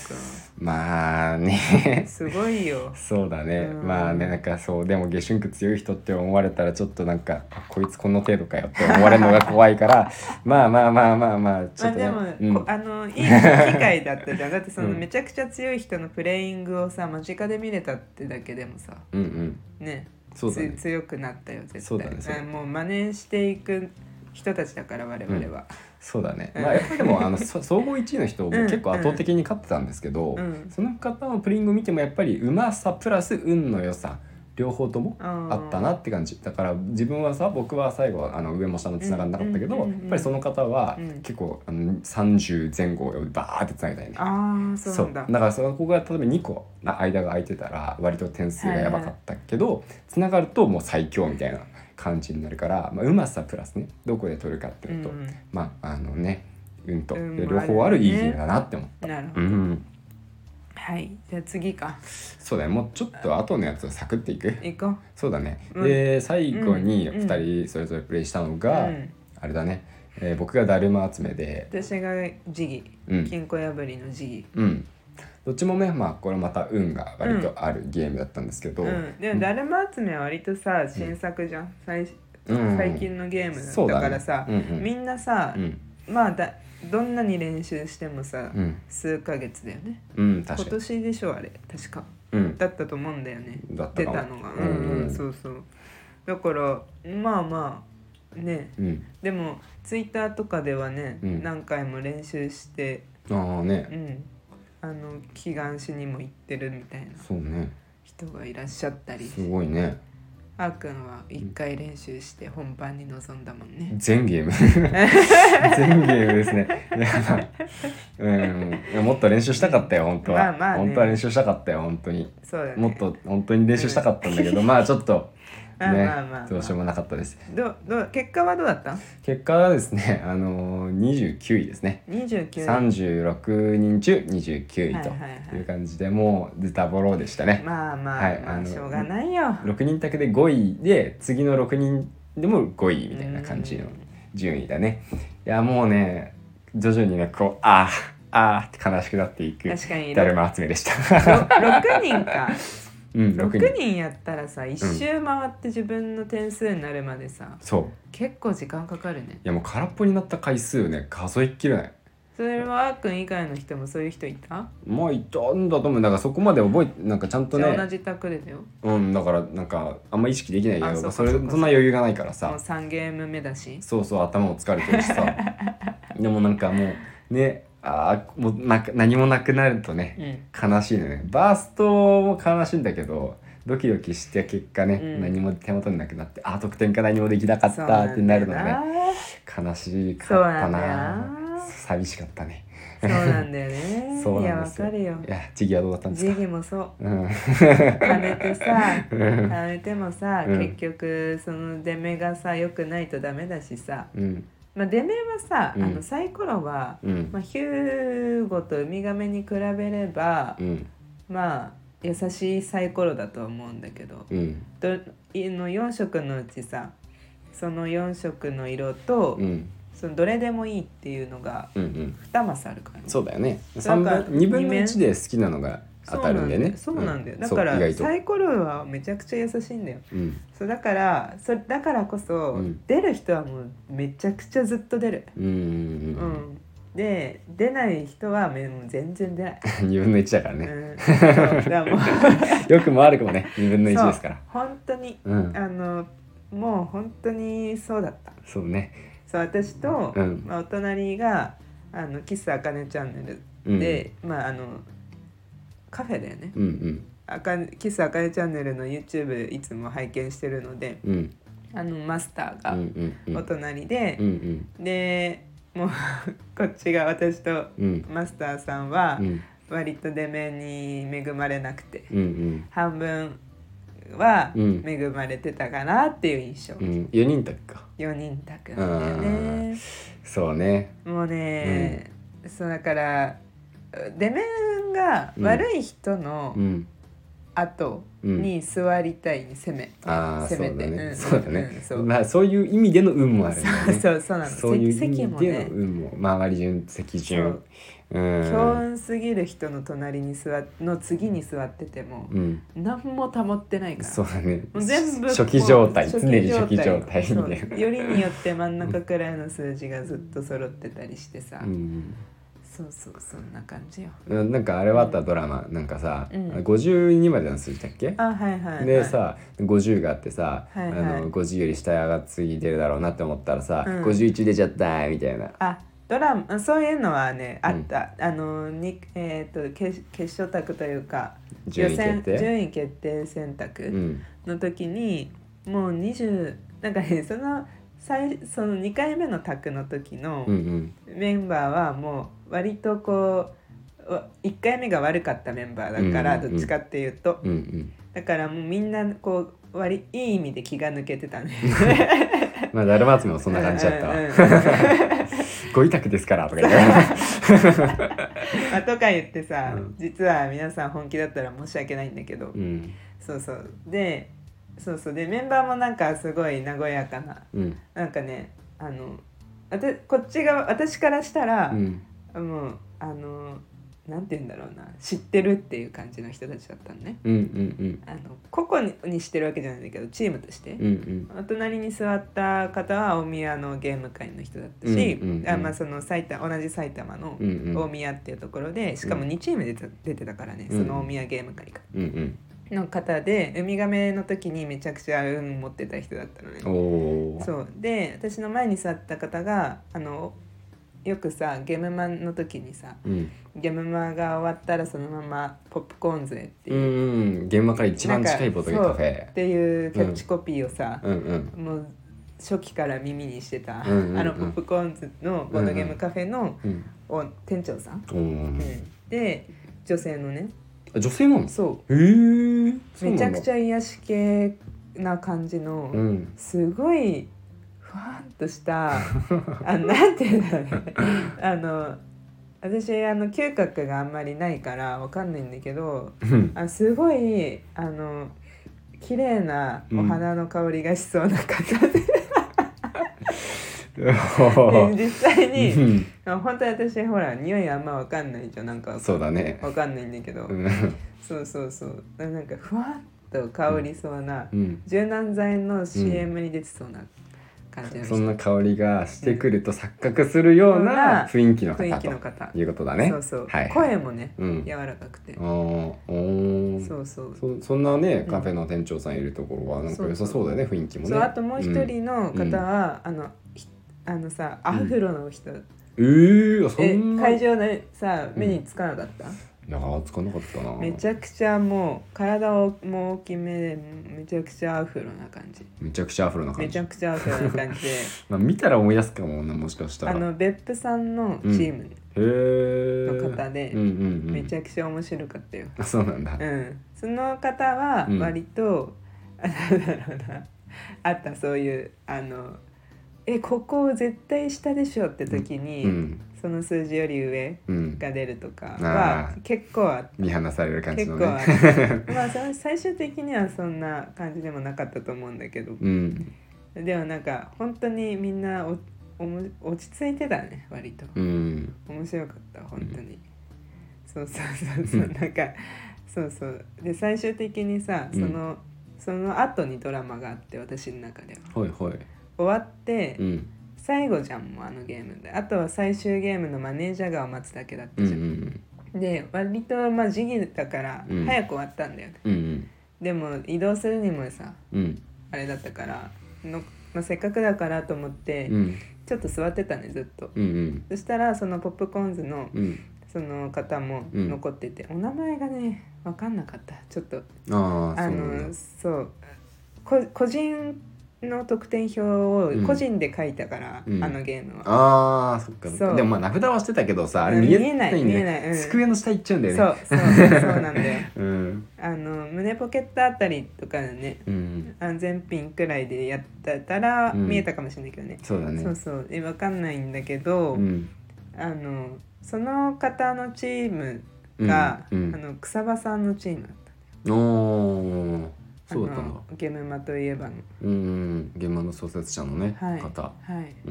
Speaker 1: まあ
Speaker 2: くん
Speaker 1: ね
Speaker 2: すごいよ
Speaker 1: そうだね、
Speaker 2: うん
Speaker 1: まあねなんかそうでも下春区強い人って思われたらちょっとなんかあこいつこの程度かよって思われるのが怖いから まあまあまあまあまあち
Speaker 2: ま
Speaker 1: ょっ
Speaker 2: あ
Speaker 1: とね、
Speaker 2: でも、
Speaker 1: うん
Speaker 2: こあのいい機会だったじ ゃんだってその
Speaker 1: うん
Speaker 2: めちゃくちゃ強い人のプレイングをさ間近で見れたってだけでもさ
Speaker 1: うんうん
Speaker 2: ね
Speaker 1: そうだね
Speaker 2: つ強くなったよ絶対
Speaker 1: そうだねそうだね
Speaker 2: あもう真似していく人たちだから我々は、
Speaker 1: そうだね、
Speaker 2: うん
Speaker 1: まあ、やっぱりでもあのそ 総合1位の人も
Speaker 2: うん
Speaker 1: 結構圧倒的に勝ってたんですけど、
Speaker 2: うん
Speaker 1: その方のプリング見てもやっぱりうまさプラス運の良さ両方ともあ
Speaker 2: あ
Speaker 1: ったなって感じだから自分はさ僕は最後はあの上も下も繋がんなかったけど、
Speaker 2: うんうんうんうん
Speaker 1: やっぱりその方は
Speaker 2: うん
Speaker 1: 結構、あの30前後をバーって繋げたいね。
Speaker 2: ああそうなんだ
Speaker 1: からそこが例えば2個な間が空いてたら割と点数がやばかったけどつながるともう最強みたいな感じになるから、まあ、うまさプラスねどこで取るかっていうと、
Speaker 2: うん
Speaker 1: まああのね運と
Speaker 2: 運もある
Speaker 1: 両方あるいいゲームだなって思う。
Speaker 2: なるほ
Speaker 1: う
Speaker 2: ど、
Speaker 1: ん、
Speaker 2: はいじゃあ次か
Speaker 1: そうだねもうちょっと後のやつをサクっていく
Speaker 2: 行こう
Speaker 1: そうだね、
Speaker 2: うん
Speaker 1: で最後に
Speaker 2: うん
Speaker 1: 2人それぞれプレイしたのが、
Speaker 2: うん
Speaker 1: あれだね、えー僕がだるま集めで
Speaker 2: 私がジ
Speaker 1: う
Speaker 2: ギ
Speaker 1: ん
Speaker 2: 金庫破りのジギ
Speaker 1: うんどっちもねまあこれまた運が割とあるゲームだったんですけど、
Speaker 2: うん、でも「だるま集め」は割とさ新作じゃん最
Speaker 1: うん
Speaker 2: 最近のゲー
Speaker 1: そう
Speaker 2: ム
Speaker 1: だ
Speaker 2: だ
Speaker 1: ね
Speaker 2: からさ、
Speaker 1: うんうん
Speaker 2: みんなさ、
Speaker 1: うん
Speaker 2: まあだどんなに練習してもさ、
Speaker 1: うん、
Speaker 2: 数ヶ月だよね
Speaker 1: うん、
Speaker 2: 今
Speaker 1: 確かに、
Speaker 2: 年でしょあれ確か
Speaker 1: うん、
Speaker 2: だったと思うんだよね
Speaker 1: だった
Speaker 2: 出
Speaker 1: かも
Speaker 2: たのがう
Speaker 1: うん
Speaker 2: ん、
Speaker 1: うん
Speaker 2: うん、そうそうだからまあまあね
Speaker 1: うん、
Speaker 2: でもツイッターとかではね、
Speaker 1: うん
Speaker 2: 何回も練習して、
Speaker 1: ああね
Speaker 2: う、ん、あの祈願しにも行ってるみたいな
Speaker 1: そうね
Speaker 2: 人がいらっしゃったり
Speaker 1: すごいね
Speaker 2: あーくんは一回練習して本番に臨んだもんね。
Speaker 1: 全ゲー ム全ゲームですねいやまあうんいやもっと練習したかったよ本当は、
Speaker 2: まあまあね
Speaker 1: 本当は練習したかったよ本当に
Speaker 2: そうだね。
Speaker 1: もっと本当に練習したかったんだけど、まあちょっとね、
Speaker 2: まあまあまあまあ
Speaker 1: どうしようもなかったです
Speaker 2: どうどう結果はどうだった？
Speaker 1: 結果はですねあのー、29位ですね
Speaker 2: 二十九。
Speaker 1: 36人中29
Speaker 2: はい
Speaker 1: 位
Speaker 2: はい
Speaker 1: と
Speaker 2: はい
Speaker 1: いう感じでもうズタボロでしたね、
Speaker 2: まあまあ、
Speaker 1: はい
Speaker 2: まあ
Speaker 1: あの
Speaker 2: しょうがないよ。
Speaker 1: 6人だけで5位で次の6人でも5位みたいな感じの順位だねいやもうね徐々にねこうああああって悲しくなっていく
Speaker 2: 確かに
Speaker 1: だるま集めでした
Speaker 2: 六人か。
Speaker 1: うん6
Speaker 2: 六
Speaker 1: 人
Speaker 2: 人やったらさ、一周回って自分の点数になるまでさ、
Speaker 1: そうい
Speaker 2: 結構時間かかるね。
Speaker 1: やもう空っぽになった回数ね数えきれない
Speaker 2: それはあーくん以外の人もそういう人いた？
Speaker 1: もういたんだと思うだからそこまで覚えてなんかちゃんと
Speaker 2: じゃあ同
Speaker 1: ね
Speaker 2: じ卓でだよ。
Speaker 1: うんだからなんかあんま意識できない
Speaker 2: あ
Speaker 1: よ
Speaker 2: そうか
Speaker 1: それ
Speaker 2: そ
Speaker 1: そ
Speaker 2: うんか
Speaker 1: な余裕がないから
Speaker 2: も
Speaker 1: さ
Speaker 2: う三ゲーム目だし。
Speaker 1: そうそう頭も疲れてるしさでもなんかもうねあーもうなんか何もなくなるとね
Speaker 2: うん。
Speaker 1: 悲しいのねバーストも悲しいんだけどドキドキして結果ね、
Speaker 2: うん
Speaker 1: 何も手元になくなってあー得点が何もできなかっ
Speaker 2: そう
Speaker 1: たってなるの
Speaker 2: な
Speaker 1: が
Speaker 2: んだよ
Speaker 1: ね
Speaker 2: な
Speaker 1: 悲しかった
Speaker 2: そう
Speaker 1: な
Speaker 2: なんだよな
Speaker 1: 寂しかったね。
Speaker 2: そうなんだよね
Speaker 1: そう
Speaker 2: いや
Speaker 1: なん
Speaker 2: わ
Speaker 1: ですよ
Speaker 2: かるよ
Speaker 1: い。やジギはどうだったんです
Speaker 2: ジ
Speaker 1: か
Speaker 2: ギもそう。
Speaker 1: うん
Speaker 2: 貯めてさ
Speaker 1: うん
Speaker 2: 貯めてもさ、
Speaker 1: うん
Speaker 2: 結局その出目がさ良くないとダメだしさ、
Speaker 1: うん
Speaker 2: まあ、出目はさ、
Speaker 1: うん
Speaker 2: あのサイコロは、
Speaker 1: うん
Speaker 2: まあ、ヒューゴとウミガメに比べれば、
Speaker 1: うん
Speaker 2: まあ優しいサイコロだとは思うんだけど
Speaker 1: うん
Speaker 2: どいの4色のうちさその4色の色と、
Speaker 1: うん
Speaker 2: そのどれでもいいっていうのが
Speaker 1: うんうん
Speaker 2: 2マスあるからね
Speaker 1: そうだよね
Speaker 2: なん
Speaker 1: 三
Speaker 2: か
Speaker 1: 分2分
Speaker 2: 二
Speaker 1: の
Speaker 2: 面
Speaker 1: 1で好きなのが当たるんだよね
Speaker 2: そうなんだよ、
Speaker 1: う
Speaker 2: そうなんだよだか
Speaker 1: そう
Speaker 2: ら
Speaker 1: 意
Speaker 2: サ
Speaker 1: 外と
Speaker 2: イコロはめちゃくちゃ優しいんだよ
Speaker 1: うん
Speaker 2: そうだからそだからこそ、
Speaker 1: うん
Speaker 2: 出る人はもうめちゃくちゃずっと出る、
Speaker 1: うん
Speaker 2: う
Speaker 1: うんんうん
Speaker 2: で出ない人はめもう全然 出ない、
Speaker 1: 2分の1だから
Speaker 2: う
Speaker 1: ね、
Speaker 2: ん、そうだか らもう
Speaker 1: よくも悪くもね2分の1ですから
Speaker 2: そう本当に
Speaker 1: うん
Speaker 2: あのもう本当にそうだった
Speaker 1: そうね
Speaker 2: そう私と、
Speaker 1: うん
Speaker 2: まあ、お隣があのキスあかねチャンネ
Speaker 1: うん
Speaker 2: ルで、まああのカフェだよね
Speaker 1: うんうん
Speaker 2: あかねキスあかねチャンネルの YouTube いつも拝見してるので
Speaker 1: うん
Speaker 2: あのマスター
Speaker 1: う
Speaker 2: が
Speaker 1: んうん
Speaker 2: お隣で、
Speaker 1: うん
Speaker 2: でもう こっちが私と
Speaker 1: うんうん
Speaker 2: マスターさんは
Speaker 1: うん
Speaker 2: 割と出目に恵まれなくて
Speaker 1: うん
Speaker 2: 半分は
Speaker 1: うん
Speaker 2: 恵まれてたかなっていう印象、
Speaker 1: うんうん4人だけか
Speaker 2: 4人宅なんだよね
Speaker 1: そうね
Speaker 2: もうね、そうだから出目が悪い人の
Speaker 1: うん
Speaker 2: 後に座りたいに攻め、
Speaker 1: ああそ
Speaker 2: せ
Speaker 1: うだ
Speaker 2: めて
Speaker 1: ね
Speaker 2: ん
Speaker 1: そうだ
Speaker 2: うん
Speaker 1: ね
Speaker 2: そう
Speaker 1: まあそういう意味での運もあるんだよね
Speaker 2: そうそうなの
Speaker 1: そういう意
Speaker 2: 席
Speaker 1: 味で
Speaker 2: もね
Speaker 1: の運も周り順席順うん
Speaker 2: 強運すぎる人の隣に座っの次に座ってても
Speaker 1: うん
Speaker 2: 何も保ってないから
Speaker 1: そうだね
Speaker 2: もう全部
Speaker 1: 初期状態常
Speaker 2: 初期
Speaker 1: に初期状態みたい
Speaker 2: そ
Speaker 1: な
Speaker 2: うよりによって真ん中くらいの数字がずっと揃ってたりしてさ、
Speaker 1: うん
Speaker 2: そうそうそんな感じよ
Speaker 1: うんなんかあれはあったドラマなんかさ
Speaker 2: うん
Speaker 1: 52までの数字だっけ
Speaker 2: あはいはい、はい、
Speaker 1: でさ50があってさ、
Speaker 2: はいはい
Speaker 1: あの50より下が次出るだろうなって思ったらさ、
Speaker 2: うん
Speaker 1: 51出ちゃったみたいな
Speaker 2: あドラマそういうのはねあった、あのにえー、と決決勝択というか
Speaker 1: 順位決定
Speaker 2: 予選順位決定選択
Speaker 1: ん
Speaker 2: の時に、もう20なんかねその最その2回目の択の時の
Speaker 1: うんうん
Speaker 2: メンバーはもう割とこうわ1回目が悪かったメンバーだから、
Speaker 1: うんうん
Speaker 2: どっちかっていうと、
Speaker 1: うんうん
Speaker 2: だからもうみんなこう割りいい意味で気が抜けてたね。
Speaker 1: まあだるま集めも そんな感じだったわ
Speaker 2: うんうんうん
Speaker 1: ご委託ですからとか言って
Speaker 2: まあ、とか言ってさ、
Speaker 1: うん
Speaker 2: 実は皆さん本気だったら申し訳ないんだけど、
Speaker 1: うん
Speaker 2: そうそうでそうそうでメンバーもなんかすごい和やかな
Speaker 1: うん
Speaker 2: なんかねあのあてこっちが私からしたら
Speaker 1: う、ん
Speaker 2: もうあのなんて言うんだろうな知ってるっていう感じの人たちだったのね
Speaker 1: うんうん
Speaker 2: あの個々ににしてるわけじゃないんだけどチームとして。
Speaker 1: うんうん
Speaker 2: お隣に座った方は大宮のゲーム会の人だったし、
Speaker 1: うんうんうん
Speaker 2: あまあ、その埼玉同じ埼玉の
Speaker 1: うんうん
Speaker 2: 大宮っていうところでしかも
Speaker 1: うん
Speaker 2: 2チーム出た出てたからね、
Speaker 1: うん
Speaker 2: その大宮ゲーム会か
Speaker 1: うんうん
Speaker 2: の方でウミガメの時にめちゃくちゃ運持ってた人だったのね
Speaker 1: お。おー
Speaker 2: そうで私の前に座った方があのよくさゲームマンの時にさ
Speaker 1: うん
Speaker 2: ゲームマンが終わったらそのままポップコーン勢って
Speaker 1: う
Speaker 2: いう,、
Speaker 1: ん現場から一番近いボトゲカフェ
Speaker 2: っていうキャッチコピーをさ、
Speaker 1: うんうん
Speaker 2: もう初期から耳にしてた、
Speaker 1: うんうんうん
Speaker 2: あのポップコーンズのボードゲームカフェの、
Speaker 1: うん
Speaker 2: お店長さん、
Speaker 1: おー
Speaker 2: で女性のね
Speaker 1: あ女性なの
Speaker 2: そ
Speaker 1: へー
Speaker 2: う
Speaker 1: そう
Speaker 2: めち
Speaker 1: な
Speaker 2: ゃ
Speaker 1: んだ
Speaker 2: くちゃ癒し系な感じの、
Speaker 1: うん
Speaker 2: すごいふわっとしたあなんていうんだろうね あの私あの嗅覚があんまりないからわかんないんだけど
Speaker 1: うん
Speaker 2: あすごいあの綺麗なお花の香りがしそうな方 で、で実際に
Speaker 1: うん
Speaker 2: あ本当に私ほら匂いあんまわかんないじゃんなんか
Speaker 1: そうだね
Speaker 2: わかんないんだけど、
Speaker 1: うん
Speaker 2: そうそうそうななんかふわっと香りそうな、
Speaker 1: うん
Speaker 2: 柔軟剤の CM に出てそうな感じの人
Speaker 1: そんな香りがしてくると錯覚するような雰囲気の
Speaker 2: 雰囲
Speaker 1: 方
Speaker 2: 気の
Speaker 1: と
Speaker 2: 方、
Speaker 1: いうことだね
Speaker 2: そうそう、
Speaker 1: はい
Speaker 2: 声もね
Speaker 1: うん
Speaker 2: 柔らかくて、
Speaker 1: おーおー
Speaker 2: そうそうそ
Speaker 1: そそんなね
Speaker 2: うん
Speaker 1: カフェの店長さんいるところはなんか良さそうだよね雰囲気
Speaker 2: う,、
Speaker 1: もね
Speaker 2: あともう一人の方は、あのひあのさアフロの人、
Speaker 1: うんえーそ
Speaker 2: え
Speaker 1: んな
Speaker 2: 会場でさ目につかなかった、
Speaker 1: いやーつかなかったな
Speaker 2: めちゃくちゃもう体をもう大きめでめちゃくちゃアフロな感じ
Speaker 1: めちゃくちゃアフロな感
Speaker 2: めち
Speaker 1: じ
Speaker 2: ゃくちゃアフロな感じで
Speaker 1: まあ見たら思い出すかもなもしかした
Speaker 2: あ
Speaker 1: らへ
Speaker 2: の別府さんのチーム
Speaker 1: え
Speaker 2: の方で
Speaker 1: うんうんうん
Speaker 2: めちゃくちゃ面白かったよ、
Speaker 1: あそうなんだ
Speaker 2: うん、その方は
Speaker 1: うん
Speaker 2: 割と、あなんだろうなあったそういうあのえここ絶対下でしょって時に、
Speaker 1: うん
Speaker 2: その数字より上
Speaker 1: うん
Speaker 2: が出るとか
Speaker 1: あ
Speaker 2: は
Speaker 1: ー
Speaker 2: 結構あっ
Speaker 1: 見放される感じ
Speaker 2: 結
Speaker 1: の
Speaker 2: 構あ
Speaker 1: ね
Speaker 2: るまあその最終的にはそんな感じでもなかったと思うんだけど
Speaker 1: うん
Speaker 2: でもなんか本当にみんなおおも落ち着いてたね割と
Speaker 1: うん
Speaker 2: 面白かった本当に、そうそうそうそうなんかそうそうで最終的にさ
Speaker 1: う
Speaker 2: そ
Speaker 1: ん
Speaker 2: の、その後にドラマがあって私の中では
Speaker 1: はいはい
Speaker 2: 終わって、
Speaker 1: うん
Speaker 2: 最後じゃんもうあのゲームであとは最終ゲームのマネージャーがを待つだけだっ
Speaker 1: う
Speaker 2: た
Speaker 1: ん
Speaker 2: じ
Speaker 1: う
Speaker 2: ゃん、
Speaker 1: ん
Speaker 2: で割とまあ時期だから
Speaker 1: うん
Speaker 2: 早く終わったんだよね、
Speaker 1: うんうん
Speaker 2: でも移動するにもさ
Speaker 1: うん
Speaker 2: あれだったからの、まあ、せっかくだからと思って、
Speaker 1: うん
Speaker 2: ちょっと座ってたねずっと
Speaker 1: うんうん
Speaker 2: そしたらそのポップコーンズの
Speaker 1: うん
Speaker 2: その方も
Speaker 1: うん
Speaker 2: 残ってて、お名前がね分かんなかったちょっと
Speaker 1: ああ
Speaker 2: あ
Speaker 1: そうなん
Speaker 2: の
Speaker 1: だ
Speaker 2: そうこ個人の得点表を
Speaker 1: うん
Speaker 2: 個人で書いたから、
Speaker 1: うん
Speaker 2: あのゲームは。
Speaker 1: あーそっか
Speaker 2: そう
Speaker 1: でもまあ名札はしてたけどさあれ
Speaker 2: うん
Speaker 1: 見え
Speaker 2: 見えな
Speaker 1: ないいん
Speaker 2: 見
Speaker 1: だ
Speaker 2: え
Speaker 1: よ
Speaker 2: ない
Speaker 1: ね
Speaker 2: うん
Speaker 1: 机の下行っちゃうんだ
Speaker 2: そう
Speaker 1: よ
Speaker 2: そう
Speaker 1: ね
Speaker 2: そう なんだよ
Speaker 1: うん
Speaker 2: あの胸ポケットあたりとかね
Speaker 1: うん
Speaker 2: 安全ピンくらいでやってたら
Speaker 1: うん
Speaker 2: 見えたかもしれないけどね、
Speaker 1: そうだね
Speaker 2: そうそうえ分かんないんだけど、
Speaker 1: うん
Speaker 2: あのその方のチームが、
Speaker 1: うんうん
Speaker 2: あの草場さんのチームだった
Speaker 1: おーそうだったんだ
Speaker 2: あのゲームマといえばの
Speaker 1: うんうん現場の創設者のね
Speaker 2: はい
Speaker 1: 方
Speaker 2: はい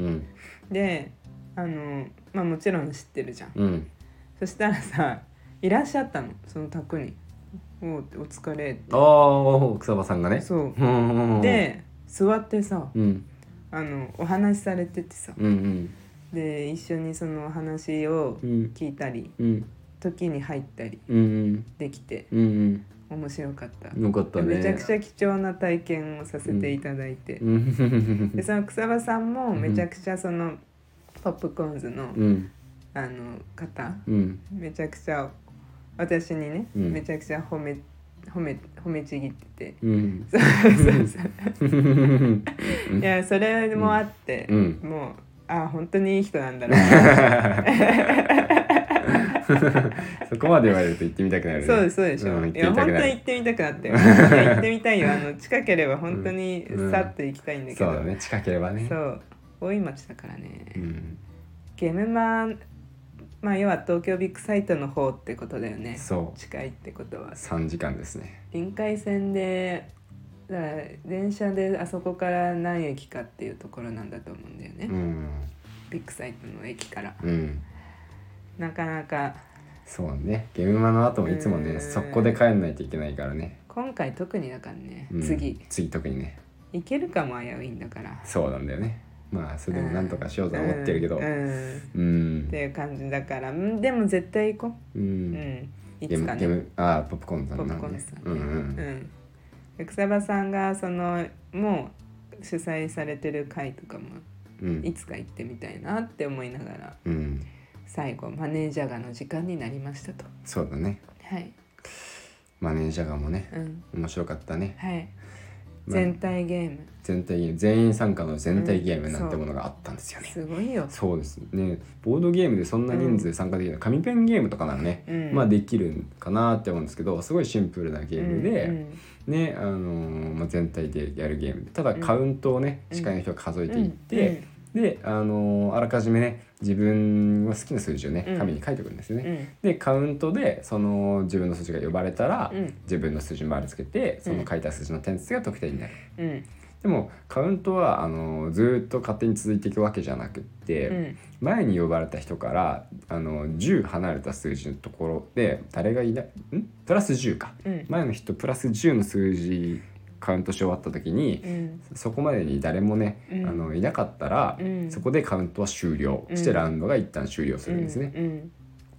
Speaker 1: うん
Speaker 2: であのまあもちろん知ってるじゃん
Speaker 1: うん
Speaker 2: そしたらさいらっしゃったのその宅に「おうお疲れ」って
Speaker 1: ああ草場さんがね
Speaker 2: そう
Speaker 1: うんうんうん
Speaker 2: で座ってさ
Speaker 1: うん
Speaker 2: あのお話しされててさ
Speaker 1: うん
Speaker 2: で一緒にそのお話を
Speaker 1: うん
Speaker 2: 聞いたり
Speaker 1: うん
Speaker 2: 時に入ったり
Speaker 1: うんうん
Speaker 2: できて
Speaker 1: うん
Speaker 2: 面白かった
Speaker 1: うんよかったね
Speaker 2: めちゃくちゃ貴重な体験をさせていただいて、
Speaker 1: うん
Speaker 2: でその草場さんもめちゃくちゃその、ポップコーンズの,、
Speaker 1: うん
Speaker 2: あの方
Speaker 1: うん
Speaker 2: めちゃくちゃ私にね、
Speaker 1: うん
Speaker 2: めちゃくちゃ褒め褒め褒めちぎって て。
Speaker 1: うん
Speaker 2: そうそうそ
Speaker 1: う
Speaker 2: う
Speaker 1: ん
Speaker 2: いやそれもあって、
Speaker 1: うん
Speaker 2: もうあ本当にいい人なん だな
Speaker 1: そこまで言われると行ってみたくなるね
Speaker 2: そうですそうでしょ、
Speaker 1: うん行っ
Speaker 2: い
Speaker 1: て
Speaker 2: や
Speaker 1: みたく
Speaker 2: 本
Speaker 1: な
Speaker 2: 当に
Speaker 1: る
Speaker 2: 行ってみたくなって行ってみ たいよあの近ければ本当に
Speaker 1: うん
Speaker 2: さっと行きたいんだけ
Speaker 1: そ
Speaker 2: ど、
Speaker 1: うだね近ければね
Speaker 2: そう大井町だからね、
Speaker 1: うん
Speaker 2: ゲームマンまあ要は東京ビッグサイトの方ってことだよね
Speaker 1: そう
Speaker 2: 近いってことは
Speaker 1: 3時間ですね
Speaker 2: 臨海線でだから電車であそこから何駅かっていうところなんだと思うんだよね、
Speaker 1: うん
Speaker 2: ビッグサイトの駅から
Speaker 1: うん
Speaker 2: なかなか
Speaker 1: そうねゲームマの後もいつも
Speaker 2: う
Speaker 1: ね
Speaker 2: ん
Speaker 1: そこで帰んないといけないからね、
Speaker 2: 今回特にだからね、
Speaker 1: うん、
Speaker 2: 次
Speaker 1: 次特にね
Speaker 2: 行けるかも危ういんだから
Speaker 1: そうなんだよねまあそれでもなんとかしようとは思ってるけど
Speaker 2: うんうん
Speaker 1: うん
Speaker 2: っていう感じだからうんでも絶対行こ
Speaker 1: う
Speaker 2: う、うんん、い
Speaker 1: ゲー
Speaker 2: つか
Speaker 1: ムゲー
Speaker 2: ね
Speaker 1: ムあーポップコーンさ
Speaker 2: ポ
Speaker 1: ん
Speaker 2: ッ
Speaker 1: な
Speaker 2: プコ
Speaker 1: の
Speaker 2: ーン
Speaker 1: ね
Speaker 2: さんね
Speaker 1: うんうん
Speaker 2: うん、草場さんがそのもう主催されてる会とかも
Speaker 1: う
Speaker 2: い
Speaker 1: ん
Speaker 2: つか行ってみたいなって思いながら
Speaker 1: うん
Speaker 2: 最後マネージャーがの時間になりましたと
Speaker 1: そうだね
Speaker 2: はい
Speaker 1: マネージャーがもね
Speaker 2: うん
Speaker 1: 面白かったね
Speaker 2: はい
Speaker 1: まあ
Speaker 2: 全体ゲーム
Speaker 1: 全体ゲーム全員参加の全体ゲームなんてものがあったんですよね、
Speaker 2: すごいよ
Speaker 1: そうですねボードゲームでそんな人数参加できるの、紙ペンゲームとかならね、
Speaker 2: うん
Speaker 1: まあできるんかなって思うんですけどすごいシンプルなゲームで、
Speaker 2: うん
Speaker 1: ねあのーまあ、全体でやるゲームでただカウントをね、
Speaker 2: うん
Speaker 1: 司会の人が数え
Speaker 2: うん
Speaker 1: ていって、で、あのーあらかじめね自分が好きな数字をね
Speaker 2: うん
Speaker 1: 紙に書いておくんですよ
Speaker 2: うんう
Speaker 1: ね。
Speaker 2: ん
Speaker 1: でカウントでその自分の数字が呼ばれたら、
Speaker 2: うん
Speaker 1: 自分の数字に丸つけてその書いた数字の点数が得点になる。
Speaker 2: うん
Speaker 1: でもカウントはあのーずーっと勝手に続いていくわけじゃなくって、
Speaker 2: うん
Speaker 1: 前に呼ばれた人からあのー10離れた数字のところで誰がいないんプラス10か、
Speaker 2: うん
Speaker 1: 前の人プラス10の数字カウントし終わった時に、
Speaker 2: うん
Speaker 1: そこまでに誰もね、
Speaker 2: うん
Speaker 1: あのいなかったら、
Speaker 2: うん
Speaker 1: そこでカウントは終了して、
Speaker 2: うん
Speaker 1: ラウンドが一旦終了するんですね、
Speaker 2: うん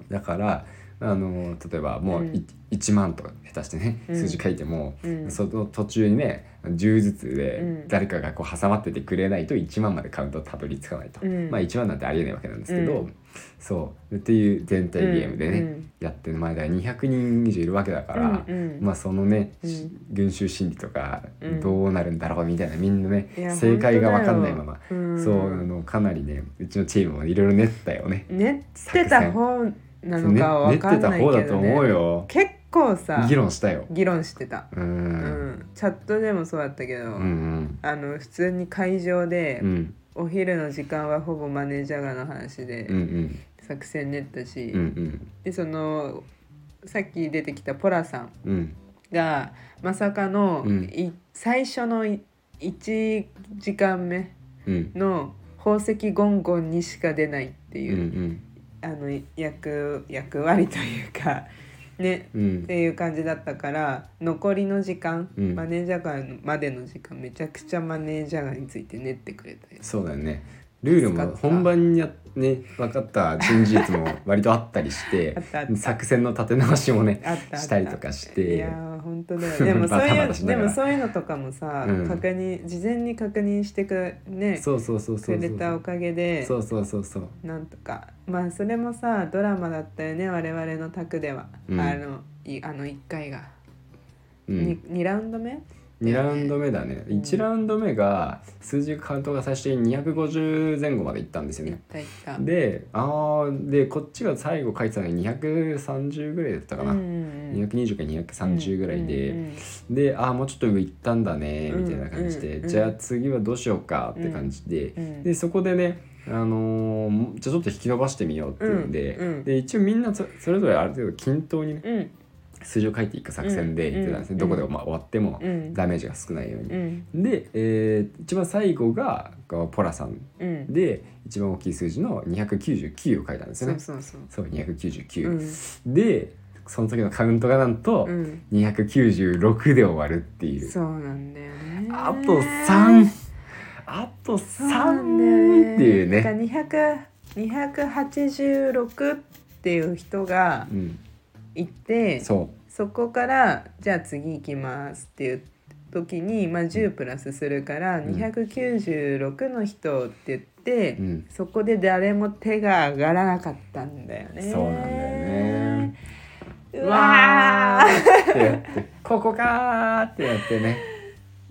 Speaker 1: だからあの例えばもう
Speaker 2: うん
Speaker 1: い、1万とか下手してね
Speaker 2: うん
Speaker 1: 数字書いても、
Speaker 2: うん
Speaker 1: その途中にね10ずつ
Speaker 2: う
Speaker 1: で
Speaker 2: ん
Speaker 1: 誰かがこう挟まっててくれないと1万までカウントたどり着かないと、
Speaker 2: うん
Speaker 1: まあ1万なんてありえないわけなんですけど、
Speaker 2: う
Speaker 1: そうっていう全体ゲームでね、
Speaker 2: うんうん
Speaker 1: やってる前だから200人以上いるわけだから。
Speaker 2: うんうん
Speaker 1: まあそのね、
Speaker 2: うん
Speaker 1: し群衆心理とか
Speaker 2: うん
Speaker 1: どうなるんだろうみたいなみんなね
Speaker 2: いや
Speaker 1: 正解が分かんないま
Speaker 2: 本
Speaker 1: ま、
Speaker 2: 当だようん
Speaker 1: そうあのかなりねうちのチームもいろいろ練ったよね。
Speaker 2: 練ってた方なのかは
Speaker 1: ね
Speaker 2: 分
Speaker 1: 練
Speaker 2: か
Speaker 1: って
Speaker 2: ん
Speaker 1: た
Speaker 2: ないけ
Speaker 1: 方
Speaker 2: ど、ね
Speaker 1: だと思うよ。
Speaker 2: 結構さ
Speaker 1: 議論したよ。
Speaker 2: 議論してた、
Speaker 1: う
Speaker 2: うん
Speaker 1: ん。
Speaker 2: チャットでもそうだったけ
Speaker 1: う
Speaker 2: ど、
Speaker 1: んうん
Speaker 2: あの普通に会場で、
Speaker 1: うん
Speaker 2: お昼の時間はほぼマネージャーがの話で
Speaker 1: うんうん
Speaker 2: 作戦練ったし、
Speaker 1: うんうん
Speaker 2: でそのさっき出てきたポラさん
Speaker 1: うん
Speaker 2: がまさかの、
Speaker 1: うん
Speaker 2: い最初の1時間目
Speaker 1: うん
Speaker 2: の宝石ゴンゴンにしか出ないって
Speaker 1: う
Speaker 2: いう、
Speaker 1: ん
Speaker 2: あの役役割というかね
Speaker 1: うんうん
Speaker 2: っていう感じだったから残りの時間、
Speaker 1: うん
Speaker 2: マネージャーまでの時間めちゃくちゃマネージャーについて練ってくれたよ
Speaker 1: そうだよね。ルールも
Speaker 2: 助かった
Speaker 1: 本番にやね分かった人事術も割とあったりして
Speaker 2: あったあった
Speaker 1: 作戦の立て直しもね
Speaker 2: あったあった
Speaker 1: したりとかして
Speaker 2: いやー本当だ よでもそ
Speaker 1: バ
Speaker 2: う
Speaker 1: タ
Speaker 2: い
Speaker 1: バタし
Speaker 2: う
Speaker 1: な
Speaker 2: で
Speaker 1: がら
Speaker 2: もそういうのとかもさ、
Speaker 1: うん
Speaker 2: 確認事前に確認してくね
Speaker 1: そうそうそうそう
Speaker 2: く
Speaker 1: そ
Speaker 2: れた
Speaker 1: う
Speaker 2: おかげで
Speaker 1: そうそうそうそう
Speaker 2: なんとかまあそれもさドラマだったよね我々の卓では、
Speaker 1: うん
Speaker 2: あのいあの1回が、
Speaker 1: う
Speaker 2: に
Speaker 1: ん、
Speaker 2: 2ラウンド目
Speaker 1: 2ラウンド目だね、
Speaker 2: うん
Speaker 1: 1ラウンド目が数字カウントが最初に250前後までいったんですよ
Speaker 2: 行っ
Speaker 1: ね
Speaker 2: た行った。
Speaker 1: であーでこっちが最後書いてたのが230ぐらいだったかな、
Speaker 2: 230
Speaker 1: 220か230ぐらいで、であーもうちょっと上行ったんだねみたいな感じで、
Speaker 2: うんうん
Speaker 1: じゃあ次はどうしようかって感じで、
Speaker 2: うん
Speaker 1: でそこでねあのーじゃあちょっと引き伸ばしてみようっていうんで,、
Speaker 2: うんうん
Speaker 1: で一応みんなそそれぞれある程度均等にね
Speaker 2: うん
Speaker 1: 数字を書いていく作戦で言ってたんですね、
Speaker 2: うんうん
Speaker 1: どこでまあ終わっても
Speaker 2: うん
Speaker 1: ダメージが少ないように
Speaker 2: う。ん
Speaker 1: で、えー一番最後がこうポラさん
Speaker 2: うん
Speaker 1: で一番大きい数字の299を書いたんです
Speaker 2: そ
Speaker 1: よ
Speaker 2: う
Speaker 1: ね。
Speaker 2: そうそう
Speaker 1: そう
Speaker 2: う
Speaker 1: 299、
Speaker 2: ん
Speaker 1: でその時のカウントがなんと
Speaker 2: うん
Speaker 1: 296で終わるっていう。
Speaker 2: そうなんだよね
Speaker 1: あと3あと
Speaker 2: そうなんだ
Speaker 1: 3っていう
Speaker 2: よ
Speaker 1: ね。
Speaker 2: ねだから200 286っていう人が
Speaker 1: うん、
Speaker 2: いて
Speaker 1: そ
Speaker 2: そこからじゃあ次行きますっていう時に、まあ、10プラスするから296の人って言って、
Speaker 1: うん
Speaker 2: そこで誰も手が上がらなかったんだよね。
Speaker 1: そうなんだよね。
Speaker 2: うわー
Speaker 1: ってやって「ここか!」ってやってね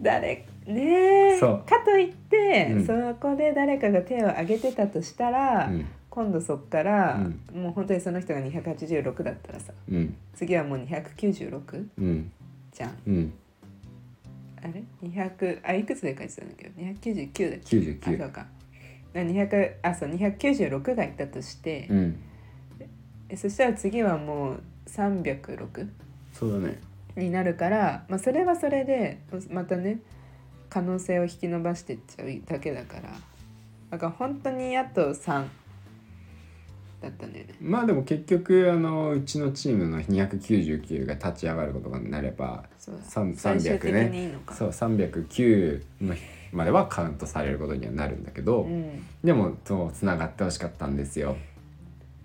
Speaker 2: 誰ねえ
Speaker 1: そう
Speaker 2: かといって、
Speaker 1: うん
Speaker 2: そこで誰かが手を挙げてたとしたら、
Speaker 1: うん
Speaker 2: 今度そっから、
Speaker 1: うん
Speaker 2: もう本当にその人が286だったらさ
Speaker 1: うん
Speaker 2: 次はもう296
Speaker 1: うん
Speaker 2: じゃん
Speaker 1: うん
Speaker 2: あれ200あいくつで書いてたんだっけど299だ
Speaker 1: 99
Speaker 2: っけあそうかな200あそう296がいたとして、
Speaker 1: うん
Speaker 2: えそしたら次はもう306
Speaker 1: そうだね
Speaker 2: になるから、まあ、それはそれでまたね可能性を引き伸ばしてっちゃうだけだからだから本当にあと3だったんだよね。
Speaker 1: まあでも結局あのうちのチームの299が立ち上がることになれば
Speaker 2: そうだ
Speaker 1: さん
Speaker 2: 最終的
Speaker 1: 300ね
Speaker 2: にいいのか。
Speaker 1: そう309のまではカウントされることにはなるんだけど、
Speaker 2: うん、
Speaker 1: でもそうつながってほしかったんですよ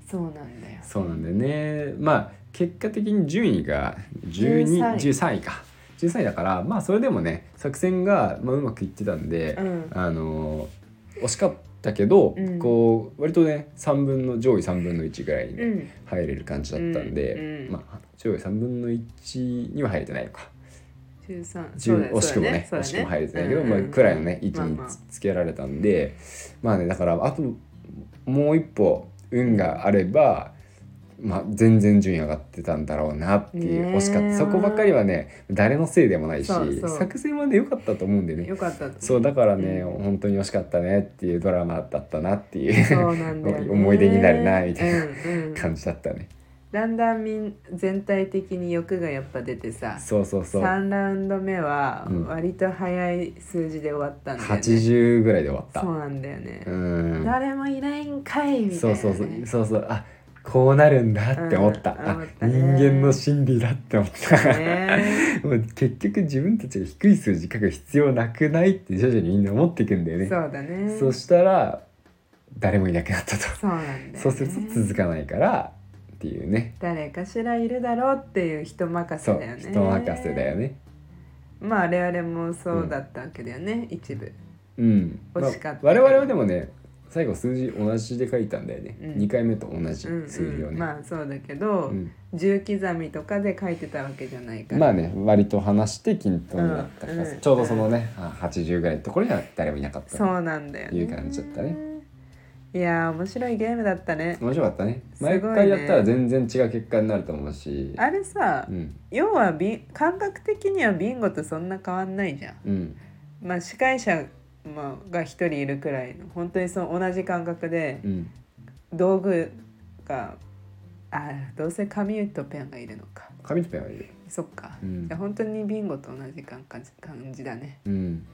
Speaker 2: そうなんだよ。
Speaker 1: そうなんだよねまあ結果的に順位が12
Speaker 2: 13
Speaker 1: 13位か13位だからまあそれでもね作戦が、まあ、うまくいってたんで、
Speaker 2: うん
Speaker 1: あの惜しかったけど、
Speaker 2: うん
Speaker 1: こう割とね3分の上位3分の1ぐらいにね、
Speaker 2: うん、
Speaker 1: 入れる感じだったんで、
Speaker 2: うんうん
Speaker 1: まあ上位3分の1には入れてないのか
Speaker 2: 十三。そうだ
Speaker 1: 10惜しくもね
Speaker 2: そう
Speaker 1: 惜
Speaker 2: だ
Speaker 1: しくも入れてないけど、
Speaker 2: うん
Speaker 1: まあ、くらいのね位置につ,、
Speaker 2: まあまあ
Speaker 1: けられたんでまあねだからあともう一歩運があれば、まあ、全然順位上がってたんだろうなっていう、
Speaker 2: ねえ
Speaker 1: 惜しかったそこばっかりはね誰のせいでもないし
Speaker 2: そうそう
Speaker 1: 作戦はね良かったと思うんでね
Speaker 2: よかった。
Speaker 1: そうだからね、
Speaker 2: う
Speaker 1: 本当に惜しかったねっていうドラマだったなっていう
Speaker 2: そうなんだよね
Speaker 1: 思い出になるなみたいな
Speaker 2: うんうん
Speaker 1: 感じだったね。
Speaker 2: だんだんみん全体的に欲がやっぱ出てさ
Speaker 1: そうそうそう
Speaker 2: 3ラウンド目は
Speaker 1: うん
Speaker 2: 割と早い数字で終わったんだよね、
Speaker 1: 80ぐらいで終わった
Speaker 2: そうなんだよね、
Speaker 1: うん
Speaker 2: 誰もいないんかいみたいな、ね、
Speaker 1: そうそうそう そうそうあこうなるんだって思った,、
Speaker 2: うん
Speaker 1: あ
Speaker 2: 思ったね
Speaker 1: 人間の心理だって思った、
Speaker 2: ね
Speaker 1: もう結局自分たちが低い数字書く必要なくないって徐々にみんな思っていくんだよね
Speaker 2: そうだね
Speaker 1: そしたら誰もいなくなったと
Speaker 2: そうなんだよ、ね、
Speaker 1: そうすると続かないからっていうね
Speaker 2: 誰かしらいるだろうっていう人任
Speaker 1: そ
Speaker 2: せ
Speaker 1: う
Speaker 2: だよね
Speaker 1: 人任せだよね
Speaker 2: まあ我々もそうだったわけだよね、一部
Speaker 1: うん、
Speaker 2: 惜しかった
Speaker 1: 我々はでもね最後数字同じで書いたんだよね、
Speaker 2: うん
Speaker 1: 2回目と同じ
Speaker 2: うん
Speaker 1: 数字
Speaker 2: う
Speaker 1: を
Speaker 2: ん、
Speaker 1: ね、
Speaker 2: まあそうだけど、
Speaker 1: うん
Speaker 2: 重刻みとかで書いてたわけじゃないから
Speaker 1: まあね割と話して均等になったから、
Speaker 2: うん
Speaker 1: ちょうどそのね、あ80ぐらいのところには誰もいなかった
Speaker 2: そうなんだよね
Speaker 1: いう感じだったね
Speaker 2: いやー面白いゲームだったね
Speaker 1: 面白かったね
Speaker 2: すごいね
Speaker 1: 毎回やったら全然違う結果になると思うし
Speaker 2: あれさ、
Speaker 1: うん
Speaker 2: 要はビン感覚的にはビンゴとそんな変わんないじゃん
Speaker 1: うん
Speaker 2: まあ司会者まあが一人いるくらいの本当にその同じ感覚で
Speaker 1: うん
Speaker 2: 道具があどうせ紙とペンがいるのか
Speaker 1: 紙とペンはいる
Speaker 2: そっか、
Speaker 1: うん
Speaker 2: じゃあ本当にビンゴと同じ感覚感じだね
Speaker 1: うん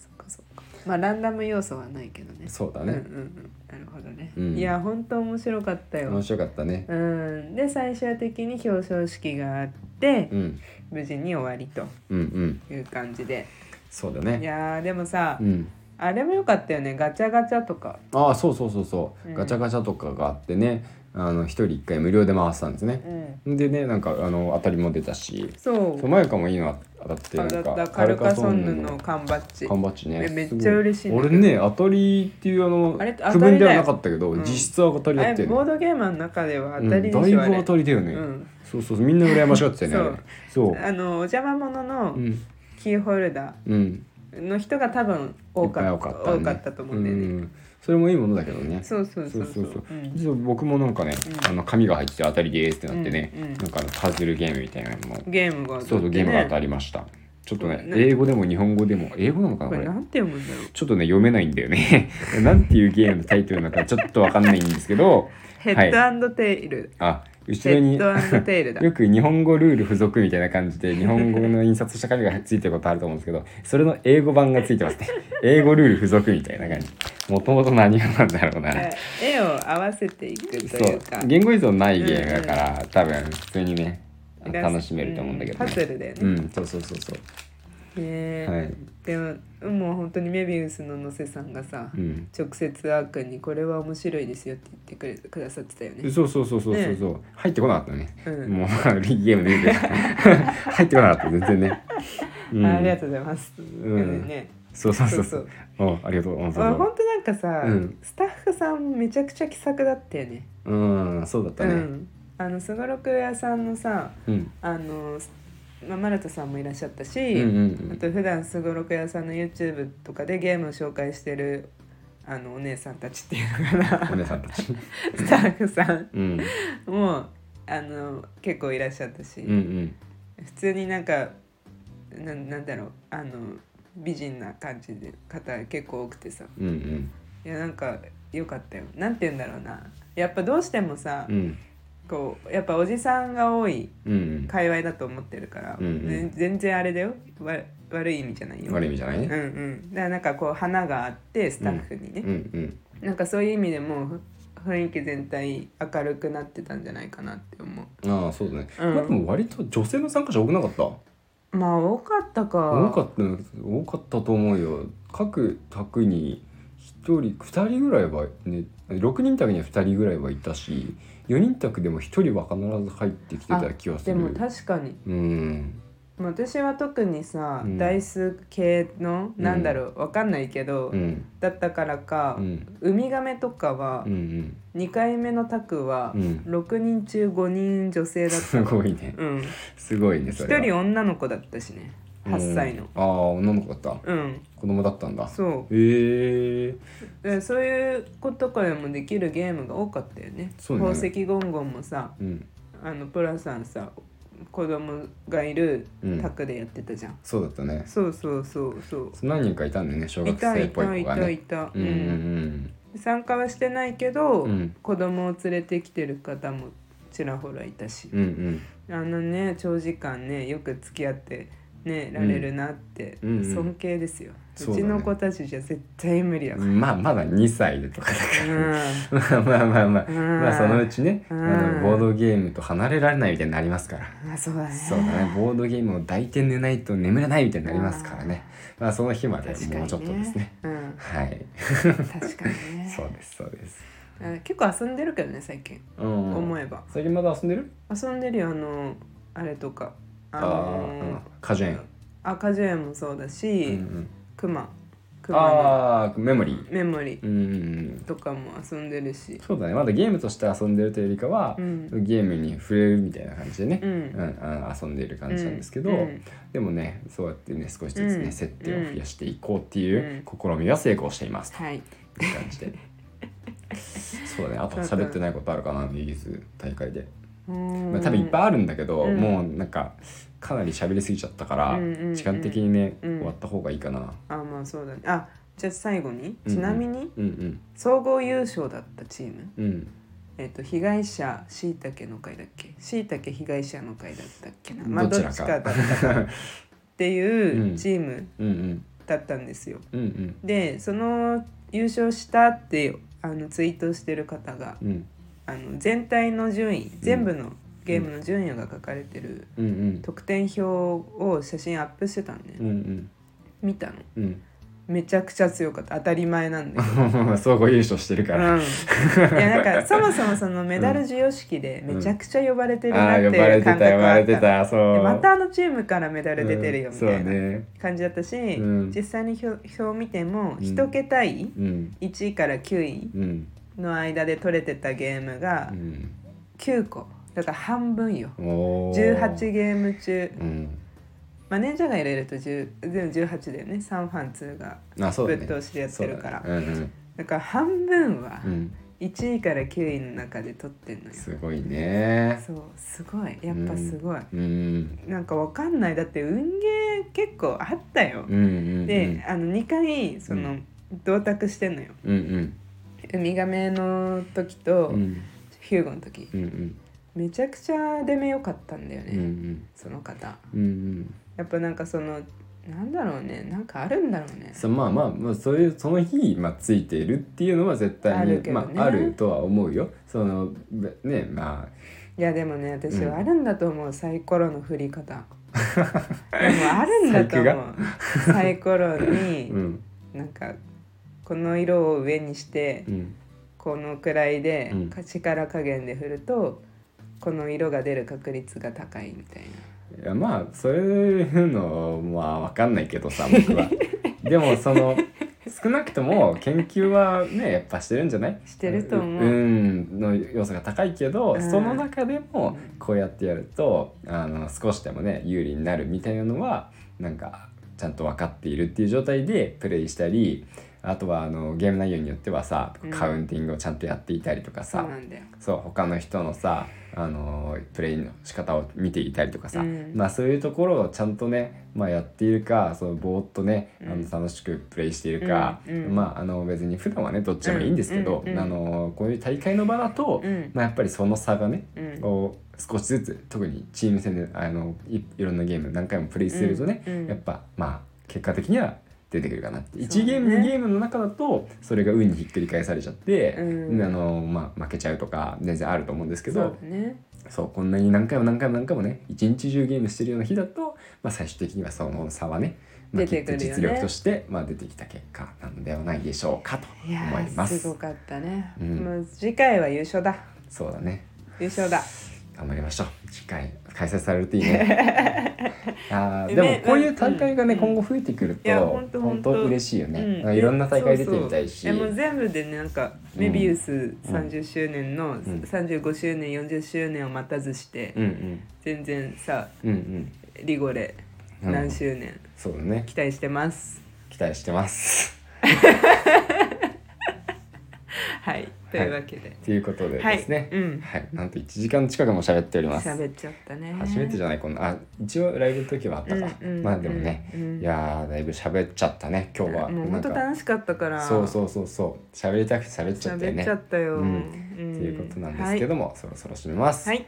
Speaker 2: そっかそっかまあランダム要素はないけどね
Speaker 1: そうだ
Speaker 2: うんうん
Speaker 1: ね、
Speaker 2: うんなるほどね、
Speaker 1: うん
Speaker 2: いや本当面白かったよ
Speaker 1: 面白かったね
Speaker 2: うん、で最終的に表彰式があって、
Speaker 1: うん
Speaker 2: 無事に終わりと
Speaker 1: うんうん
Speaker 2: いう感じで
Speaker 1: そうだ
Speaker 2: い
Speaker 1: ね
Speaker 2: やーでもさ、
Speaker 1: うん
Speaker 2: あれも良かったよねガチャガチャとか、
Speaker 1: ああそうそうそうそう、
Speaker 2: うん
Speaker 1: ガチャガチャとかがあってねあの一人一回無料で回したんですね、でねなんかあの当たりも出たし
Speaker 2: そう
Speaker 1: そうマユカもいいの当たって
Speaker 2: あ
Speaker 1: な
Speaker 2: だ
Speaker 1: ん
Speaker 2: った
Speaker 1: か
Speaker 2: カルカソンヌの缶バッジ
Speaker 1: 缶バッジね
Speaker 2: えめっちゃ
Speaker 1: すご
Speaker 2: 嬉しいんだけ
Speaker 1: 俺
Speaker 2: ど
Speaker 1: ね当たりっていうあの
Speaker 2: あれ当たりだよ
Speaker 1: 区分ではなかったけど、
Speaker 2: うん
Speaker 1: 実質は当たりだ
Speaker 2: あ
Speaker 1: った
Speaker 2: れ
Speaker 1: よ
Speaker 2: ボー
Speaker 1: ね
Speaker 2: ドゲームの中では
Speaker 1: う
Speaker 2: 当
Speaker 1: ん
Speaker 2: た
Speaker 1: だ
Speaker 2: り
Speaker 1: い
Speaker 2: で
Speaker 1: ぶ
Speaker 2: しょ、あれ
Speaker 1: 当たりだよね、
Speaker 2: うん
Speaker 1: そうそうそうみんな羨ましがってたよねあれそう
Speaker 2: あのお邪魔者の
Speaker 1: うん
Speaker 2: キーホルダ
Speaker 1: うん
Speaker 2: ーの人が多分多か
Speaker 1: いっぱい
Speaker 2: っ
Speaker 1: 多
Speaker 2: た
Speaker 1: か
Speaker 2: 多
Speaker 1: っ
Speaker 2: か
Speaker 1: たね
Speaker 2: ったと思うんだよね、
Speaker 1: んそれもいいものだけどね
Speaker 2: そうそうそうそう
Speaker 1: そうそう
Speaker 2: うん
Speaker 1: 実は僕もなんかね、
Speaker 2: うん
Speaker 1: あの紙が入ってて当たりですってなってね、
Speaker 2: うんうん
Speaker 1: なんかあのパズルゲームみたいなのも、
Speaker 2: ゲームが当た
Speaker 1: そう
Speaker 2: っ
Speaker 1: そ
Speaker 2: て
Speaker 1: う
Speaker 2: ね
Speaker 1: ゲームが当たりましたちょっとね
Speaker 2: そうだね
Speaker 1: 英語でも日本語でも英語なのかな
Speaker 2: こ
Speaker 1: こ
Speaker 2: れ
Speaker 1: れ
Speaker 2: なんて読むんだろう
Speaker 1: ちょっとね読めないんだよね なんていうゲームのタイトルなのかちょっとわかんないんですけど
Speaker 2: ヘッドテイル、
Speaker 1: あ
Speaker 2: ヘ
Speaker 1: 後ろに
Speaker 2: ッドテイル だ
Speaker 1: よく日本語ルール付属みたいな感じで日本語の印刷した紙がついてることあると思うんですけどそれの英語版がついてます ね英語ルール付属みたいな感じもともと何語なんだろうな、
Speaker 2: はい絵を合わせていくと
Speaker 1: そ
Speaker 2: いううか
Speaker 1: 言語依存ないゲームだから、多分普通にね
Speaker 2: イラス
Speaker 1: 楽しめると思うんだけど
Speaker 2: パズ
Speaker 1: ね
Speaker 2: ルだよ
Speaker 1: う
Speaker 2: ね、
Speaker 1: んそうそうそうそう
Speaker 2: ねえ
Speaker 1: はい
Speaker 2: でももう本当にメビウスの野瀬さんがさ、
Speaker 1: うん
Speaker 2: 直接あーくんに「これは面白いですよ」って言ってくれくださってたよね、
Speaker 1: そうそうそうそうそうそう、入ってこなかったね
Speaker 2: うん
Speaker 1: もうゲームでいいです入ってこなかった全然ねうん
Speaker 2: ありがとうございます。
Speaker 1: ん
Speaker 2: ね、
Speaker 1: そうそうそう
Speaker 2: そ
Speaker 1: う
Speaker 2: そ
Speaker 1: そうう。おありがとううんそう
Speaker 2: あ
Speaker 1: そ
Speaker 2: 本当なんかさ、
Speaker 1: うん
Speaker 2: スタッフさんめちゃくちゃ気さくだったよね。
Speaker 1: ううんそうだった
Speaker 2: う
Speaker 1: ね
Speaker 2: ん。あのすごろく屋さんのさ、
Speaker 1: うん
Speaker 2: あのまあマラトさんもいらっしゃった
Speaker 1: うん
Speaker 2: し、
Speaker 1: うん
Speaker 2: あと普段すごろく屋さんの YouTube とかでゲームを紹介してるあのお姉さんたちっていうのか
Speaker 1: うんお
Speaker 2: な
Speaker 1: 姉さんたち
Speaker 2: スタッフさん
Speaker 1: うん
Speaker 2: もあの結構いらっしゃったし、
Speaker 1: うんうん
Speaker 2: 普通になんかななんだろうあの美人な感じで方結構多くてさ
Speaker 1: うんうん
Speaker 2: いやなんか良かったよなんて言うんだろうなやっぱどうしてもさ、
Speaker 1: うん
Speaker 2: こうやっぱおじさんが多い
Speaker 1: うん
Speaker 2: 界隈だと思ってるから、
Speaker 1: うんうん
Speaker 2: ね全然あれだよわ悪い意味じゃないよ。
Speaker 1: 悪い意味じゃない
Speaker 2: うんうん、だからなんかこう花があってスタッフにね
Speaker 1: う、んうん
Speaker 2: なんかそういう意味でもふ雰囲気全体明るくなってたんじゃないかなって思
Speaker 1: ああそうだね、
Speaker 2: うん
Speaker 1: まあでも割と女性の参加者多くなかった
Speaker 2: うまあ多かったか
Speaker 1: 多かった多かったと思うよ各宅に1人2人ぐらいはね6人宅には2人ぐらいはいたし4人宅でも1人は必ず入ってきてた気がす
Speaker 2: で
Speaker 1: る
Speaker 2: も確かに
Speaker 1: うん
Speaker 2: まあ私は特にさ、
Speaker 1: うん
Speaker 2: ダイス系のなんだろうわかんないけど、
Speaker 1: うん
Speaker 2: だったからか、
Speaker 1: うん
Speaker 2: ウミガメとかは
Speaker 1: うんうん
Speaker 2: 2回目のタクは
Speaker 1: うん
Speaker 2: 6人中5人女性だった
Speaker 1: すごいね
Speaker 2: うん、
Speaker 1: すごいねそれ
Speaker 2: 1
Speaker 1: は
Speaker 2: 人女の子だったしね8歳
Speaker 1: う
Speaker 2: の
Speaker 1: んああ女の子だった
Speaker 2: うん、
Speaker 1: 子供だったんだ
Speaker 2: そ
Speaker 1: へえ
Speaker 2: うでそういうことからもできるゲームが多かったよね
Speaker 1: そうね
Speaker 2: 宝石ゴンゴンもさ
Speaker 1: うん
Speaker 2: あのプラさんさ子供がいる
Speaker 1: うん
Speaker 2: タクでやってたじゃん、
Speaker 1: そうだったね
Speaker 2: そうそうそうそう
Speaker 1: 何人かいたんだよね小
Speaker 2: い
Speaker 1: 学
Speaker 2: た
Speaker 1: 生っ
Speaker 2: い
Speaker 1: ぽい
Speaker 2: たい
Speaker 1: 子が
Speaker 2: たい
Speaker 1: ね
Speaker 2: た、
Speaker 1: うんうん
Speaker 2: 参加はしてないけど、
Speaker 1: うん
Speaker 2: 子供を連れてきてる方もちらほらいたし
Speaker 1: うんう、ん
Speaker 2: あのね長時間ねよく付き合ってねられるなって、
Speaker 1: うんうんうん
Speaker 2: 尊敬ですよ、う
Speaker 1: そうだ
Speaker 2: ち
Speaker 1: ね
Speaker 2: の子たちじゃ絶対無理や
Speaker 1: う
Speaker 2: から、
Speaker 1: んまあまだ2歳でとかだから まあ
Speaker 2: う
Speaker 1: まあまあまあ、
Speaker 2: うん
Speaker 1: まあそのうちね、
Speaker 2: うん
Speaker 1: あのボードゲームと離れられないみたいになりますから。
Speaker 2: ん、あそうだね
Speaker 1: そうだね、ボードゲームを抱いて寝ないと眠れないみたいになりますからね。まあその日まで
Speaker 2: 確かにね
Speaker 1: もうちょっとですね。
Speaker 2: うん、
Speaker 1: はい、
Speaker 2: 確かにね
Speaker 1: そうですそうです。
Speaker 2: あ結構遊んでるけどね最近、
Speaker 1: うん。
Speaker 2: 思えば
Speaker 1: 最近まだ遊んでる？
Speaker 2: 遊んでるよあのあれとかあ
Speaker 1: あ
Speaker 2: の
Speaker 1: ーあ、カジュエン。
Speaker 2: 赤ジュエもそうだ
Speaker 1: うんう
Speaker 2: し、
Speaker 1: ん、
Speaker 2: クマクマの
Speaker 1: ああ、メモリー。
Speaker 2: メモリ
Speaker 1: うんうんうん。
Speaker 2: とかも遊んでるし、
Speaker 1: そうだね、まだゲームとして遊んでるというよりかは
Speaker 2: う、ん
Speaker 1: ゲームに触れるみたいな感じでね、
Speaker 2: うん
Speaker 1: あの遊んでいる感じなんですけど。
Speaker 2: うん
Speaker 1: でもねそうやってね少しずつね、
Speaker 2: うん
Speaker 1: 設定を増やしていこうっていう試みは成功していますと
Speaker 2: はい
Speaker 1: いう感じで、 そうだねあと喋ってないことあるかなイギリス大会で、ま
Speaker 2: ま
Speaker 1: あ、多分いっぱいあるんだけど、
Speaker 2: うん
Speaker 1: もうなんかかなり喋りすぎちゃったから、
Speaker 2: うんうんうん
Speaker 1: 時間的にね、
Speaker 2: うん
Speaker 1: 終わった方がいいかな
Speaker 2: あまあそうだねあじゃあ最後に
Speaker 1: うん
Speaker 2: ちなみに
Speaker 1: うん
Speaker 2: 総合優勝だったチーム、
Speaker 1: うんうん
Speaker 2: えっと被害者しいたけの会だっけしいたけ被害者の会だったっけな、まあ、
Speaker 1: ど
Speaker 2: どっ
Speaker 1: ち
Speaker 2: ち
Speaker 1: ら
Speaker 2: か
Speaker 1: か
Speaker 2: だったかって
Speaker 1: う
Speaker 2: いうんチーム
Speaker 1: うんうん
Speaker 2: だったんですよ。
Speaker 1: うんうん
Speaker 2: でその優勝したってあのツイートしてる方が
Speaker 1: うん
Speaker 2: あの全体の順位全部のゲームの順位が書かれてる
Speaker 1: うんうん
Speaker 2: 得点表を写真アップしてたんで、
Speaker 1: うんうん
Speaker 2: 見たの
Speaker 1: うん
Speaker 2: めちゃくちゃ強かった当たり前なんだけど
Speaker 1: うん 総合優勝してる から、
Speaker 2: うん、いやなんかそもそもそのメダル授与式でめちゃくちゃ呼ばれてる
Speaker 1: あ
Speaker 2: な
Speaker 1: あ
Speaker 2: って
Speaker 1: ー呼ば
Speaker 2: い
Speaker 1: れ
Speaker 2: う
Speaker 1: てた
Speaker 2: 感
Speaker 1: 呼
Speaker 2: 覚は
Speaker 1: ば
Speaker 2: あ
Speaker 1: れ
Speaker 2: った
Speaker 1: てたそう
Speaker 2: でまたあのチームからメダル出てるよ
Speaker 1: うん
Speaker 2: みたい
Speaker 1: そう
Speaker 2: な
Speaker 1: ね
Speaker 2: 感じだったし、
Speaker 1: うん
Speaker 2: 実際に表表を見ても
Speaker 1: ん
Speaker 2: 1桁位、
Speaker 1: うん
Speaker 2: 1位から9位
Speaker 1: うん
Speaker 2: の間で取れてたゲームが
Speaker 1: うん
Speaker 2: 9個だから半分よ
Speaker 1: おー
Speaker 2: 18ゲーム中
Speaker 1: うん
Speaker 2: マネージャーが入れると10全部18だよね3ファン2が
Speaker 1: あそう
Speaker 2: ぶ
Speaker 1: だ
Speaker 2: っ
Speaker 1: ね
Speaker 2: 通しでやってるから
Speaker 1: そうだねうん
Speaker 2: だから半分は
Speaker 1: うんうん
Speaker 2: 1位から9位の中で取ってんのよ。
Speaker 1: すごいね
Speaker 2: そうすごいやっぱすごい、
Speaker 1: うん
Speaker 2: なんかわかんないだって運ゲー結構あったよ
Speaker 1: うん、うん
Speaker 2: であの2回その、
Speaker 1: うん
Speaker 2: 同卓してんのよ
Speaker 1: うんうん
Speaker 2: ウミガメの時と、
Speaker 1: うん
Speaker 2: ヒューゴの時
Speaker 1: うんうん
Speaker 2: めちゃくちゃ出目良かったんだよね、
Speaker 1: うんうん
Speaker 2: その方
Speaker 1: うんうん
Speaker 2: やっぱなんかそのなんだろうねなんかあるんだろうね
Speaker 1: そうまあまあまあそういうその日まあついているっていうのは絶対に
Speaker 2: あるけどね
Speaker 1: まああるとは思うよそのべねまあ
Speaker 2: いやでもね私
Speaker 1: うん
Speaker 2: はあるんだと思う、サイコロの振り 方でもあるんだと思うサイコロに、
Speaker 1: うん
Speaker 2: なんかこの色を上にして、
Speaker 1: うん
Speaker 2: このくらいで、
Speaker 1: うん
Speaker 2: 力加減で振るとこの色が出る確率が高いみたい
Speaker 1: いやまあそういうのまあ分かんないけどさ僕 はでもその少なくとも研究はねやっぱしてるんじゃない
Speaker 2: してると思う
Speaker 1: うんの要素が高いけど、
Speaker 2: うん
Speaker 1: その中でも
Speaker 2: うん
Speaker 1: こうやってやるとあの少しでもね有利になるみたいなのはなんかちゃんと分かっているっていう状態でプレイしたりあとはあのゲーム内容によってはさ
Speaker 2: うん
Speaker 1: カウンティングをちゃんとやっていたりとか
Speaker 2: そ
Speaker 1: さ、
Speaker 2: うなんだよ
Speaker 1: そう他の人のさあのープレイの仕方を見ていたりとかさ、
Speaker 2: うん
Speaker 1: まあそういうところをちゃんとね、まあ、やっているかそのぼーっとね、
Speaker 2: うん
Speaker 1: あの楽しくプレイしているか、
Speaker 2: うんうん
Speaker 1: まああの別に普段はねどっちでもいいんですけど、
Speaker 2: うんうんう
Speaker 1: あ
Speaker 2: ん
Speaker 1: のーこういう大会の場だと、
Speaker 2: うん
Speaker 1: まあ、やっぱりその差がね、
Speaker 2: うん
Speaker 1: こう少しずつ特にチーム戦であのいいろんなゲーム何回もプレイするとね、
Speaker 2: うんうん
Speaker 1: やっぱまあ結果的には出てくるかなって、
Speaker 2: そうね
Speaker 1: 1ゲーム2ゲームの中だとそれが運にひっくり返されちゃって、
Speaker 2: うん
Speaker 1: あのまあ、負けちゃうとか全然あると思うんですけ
Speaker 2: そう
Speaker 1: ど
Speaker 2: だね
Speaker 1: そうこんなに何回も何回も何回もね一日中ゲームしてるような日だと、まあ、最終的にはその差はね、まあ、
Speaker 2: 出てくるよね
Speaker 1: きっと実力として、まあ、出てきた結果なのではないでしょうかと
Speaker 2: いや
Speaker 1: 思い
Speaker 2: ー
Speaker 1: ます
Speaker 2: すごかったね、
Speaker 1: うん
Speaker 2: もう次回は優勝だ
Speaker 1: そうだね
Speaker 2: 優勝だ
Speaker 1: 頑張りましょう次回開催されるといいね あーでも
Speaker 2: ね
Speaker 1: こういう大会がね、
Speaker 2: うん
Speaker 1: 今後増えてくると
Speaker 2: いやほんとほんと
Speaker 1: 嬉しいよね、
Speaker 2: うん
Speaker 1: なんかいろんな大会出てみたいし
Speaker 2: そうそういやもう全部でねなんか
Speaker 1: うん
Speaker 2: メビウス30周年の、35周年40周年を待たずして、
Speaker 1: うんうん
Speaker 2: 全然さ
Speaker 1: うんうん
Speaker 2: リゴレ
Speaker 1: うん
Speaker 2: 何周年、
Speaker 1: そうだね
Speaker 2: 期待してます
Speaker 1: 期待してます
Speaker 2: はいというわけで、
Speaker 1: ということで
Speaker 2: はい
Speaker 1: ですね、
Speaker 2: うん
Speaker 1: はい、なんと1時間近くも喋っております。
Speaker 2: 喋っちゃったね
Speaker 1: 初めてじゃないこんなあ一応ライブの時はあったか、
Speaker 2: うんうん
Speaker 1: まあでもね、
Speaker 2: うん
Speaker 1: いやーだいぶ喋っちゃったね今日は
Speaker 2: もう
Speaker 1: な
Speaker 2: 本
Speaker 1: ん
Speaker 2: 当
Speaker 1: か
Speaker 2: 楽しかったから
Speaker 1: そうそうそうそう喋りたくて喋っちゃったよ
Speaker 2: 喋
Speaker 1: ね
Speaker 2: っちゃったよ、
Speaker 1: うん
Speaker 2: うん
Speaker 1: ということなんですけども、そろそろ締めます。
Speaker 2: はい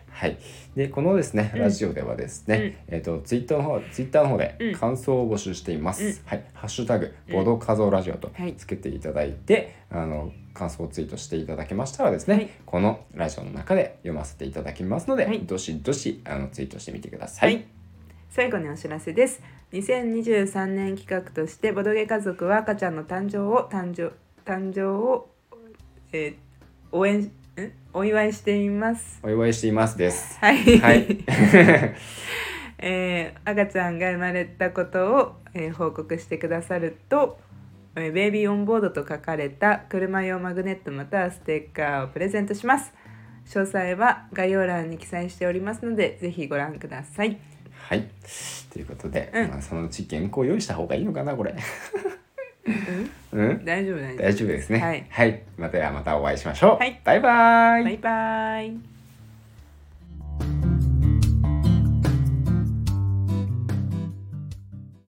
Speaker 1: でこのですね
Speaker 2: うん
Speaker 1: ラジオではですね、えっ、とツイッターの方ツイッターの方
Speaker 2: う
Speaker 1: で
Speaker 2: ん
Speaker 1: 感想を募集しています。
Speaker 2: うん
Speaker 1: はいハッシュタグ
Speaker 2: うん
Speaker 1: ボドカゾラジオと
Speaker 2: はい
Speaker 1: つけていただいて、あの感想をツイートしていただけましたらですね、
Speaker 2: はい
Speaker 1: このラジオの中で読ませていただきますので、
Speaker 2: はい
Speaker 1: どしどしあのツイートしてみてくださ。
Speaker 2: はいい、最後にお知らせです2023年企画としてボドゲ家族は赤ちゃんの誕生を誕生誕生を、えー応援んお祝いしています
Speaker 1: お祝いしていますです。
Speaker 2: はい、
Speaker 1: はい。
Speaker 2: えー赤ちゃんが生まれたことを、えー報告してくださると「えーベイビーオンボード」と書かれた車用マグネットまたはステッカーをプレゼントします詳細は概要欄に記載しておりますのでぜひご覧ください
Speaker 1: はい。ということで、
Speaker 2: うん
Speaker 1: まあ、そのうち原稿用意した方がいいのかなこれ。 うん。
Speaker 2: 大丈夫大丈夫
Speaker 1: 大丈夫ですね。
Speaker 2: はい
Speaker 1: またまたお会いしましょう。
Speaker 2: はい
Speaker 1: バイバイ。
Speaker 2: バイバイ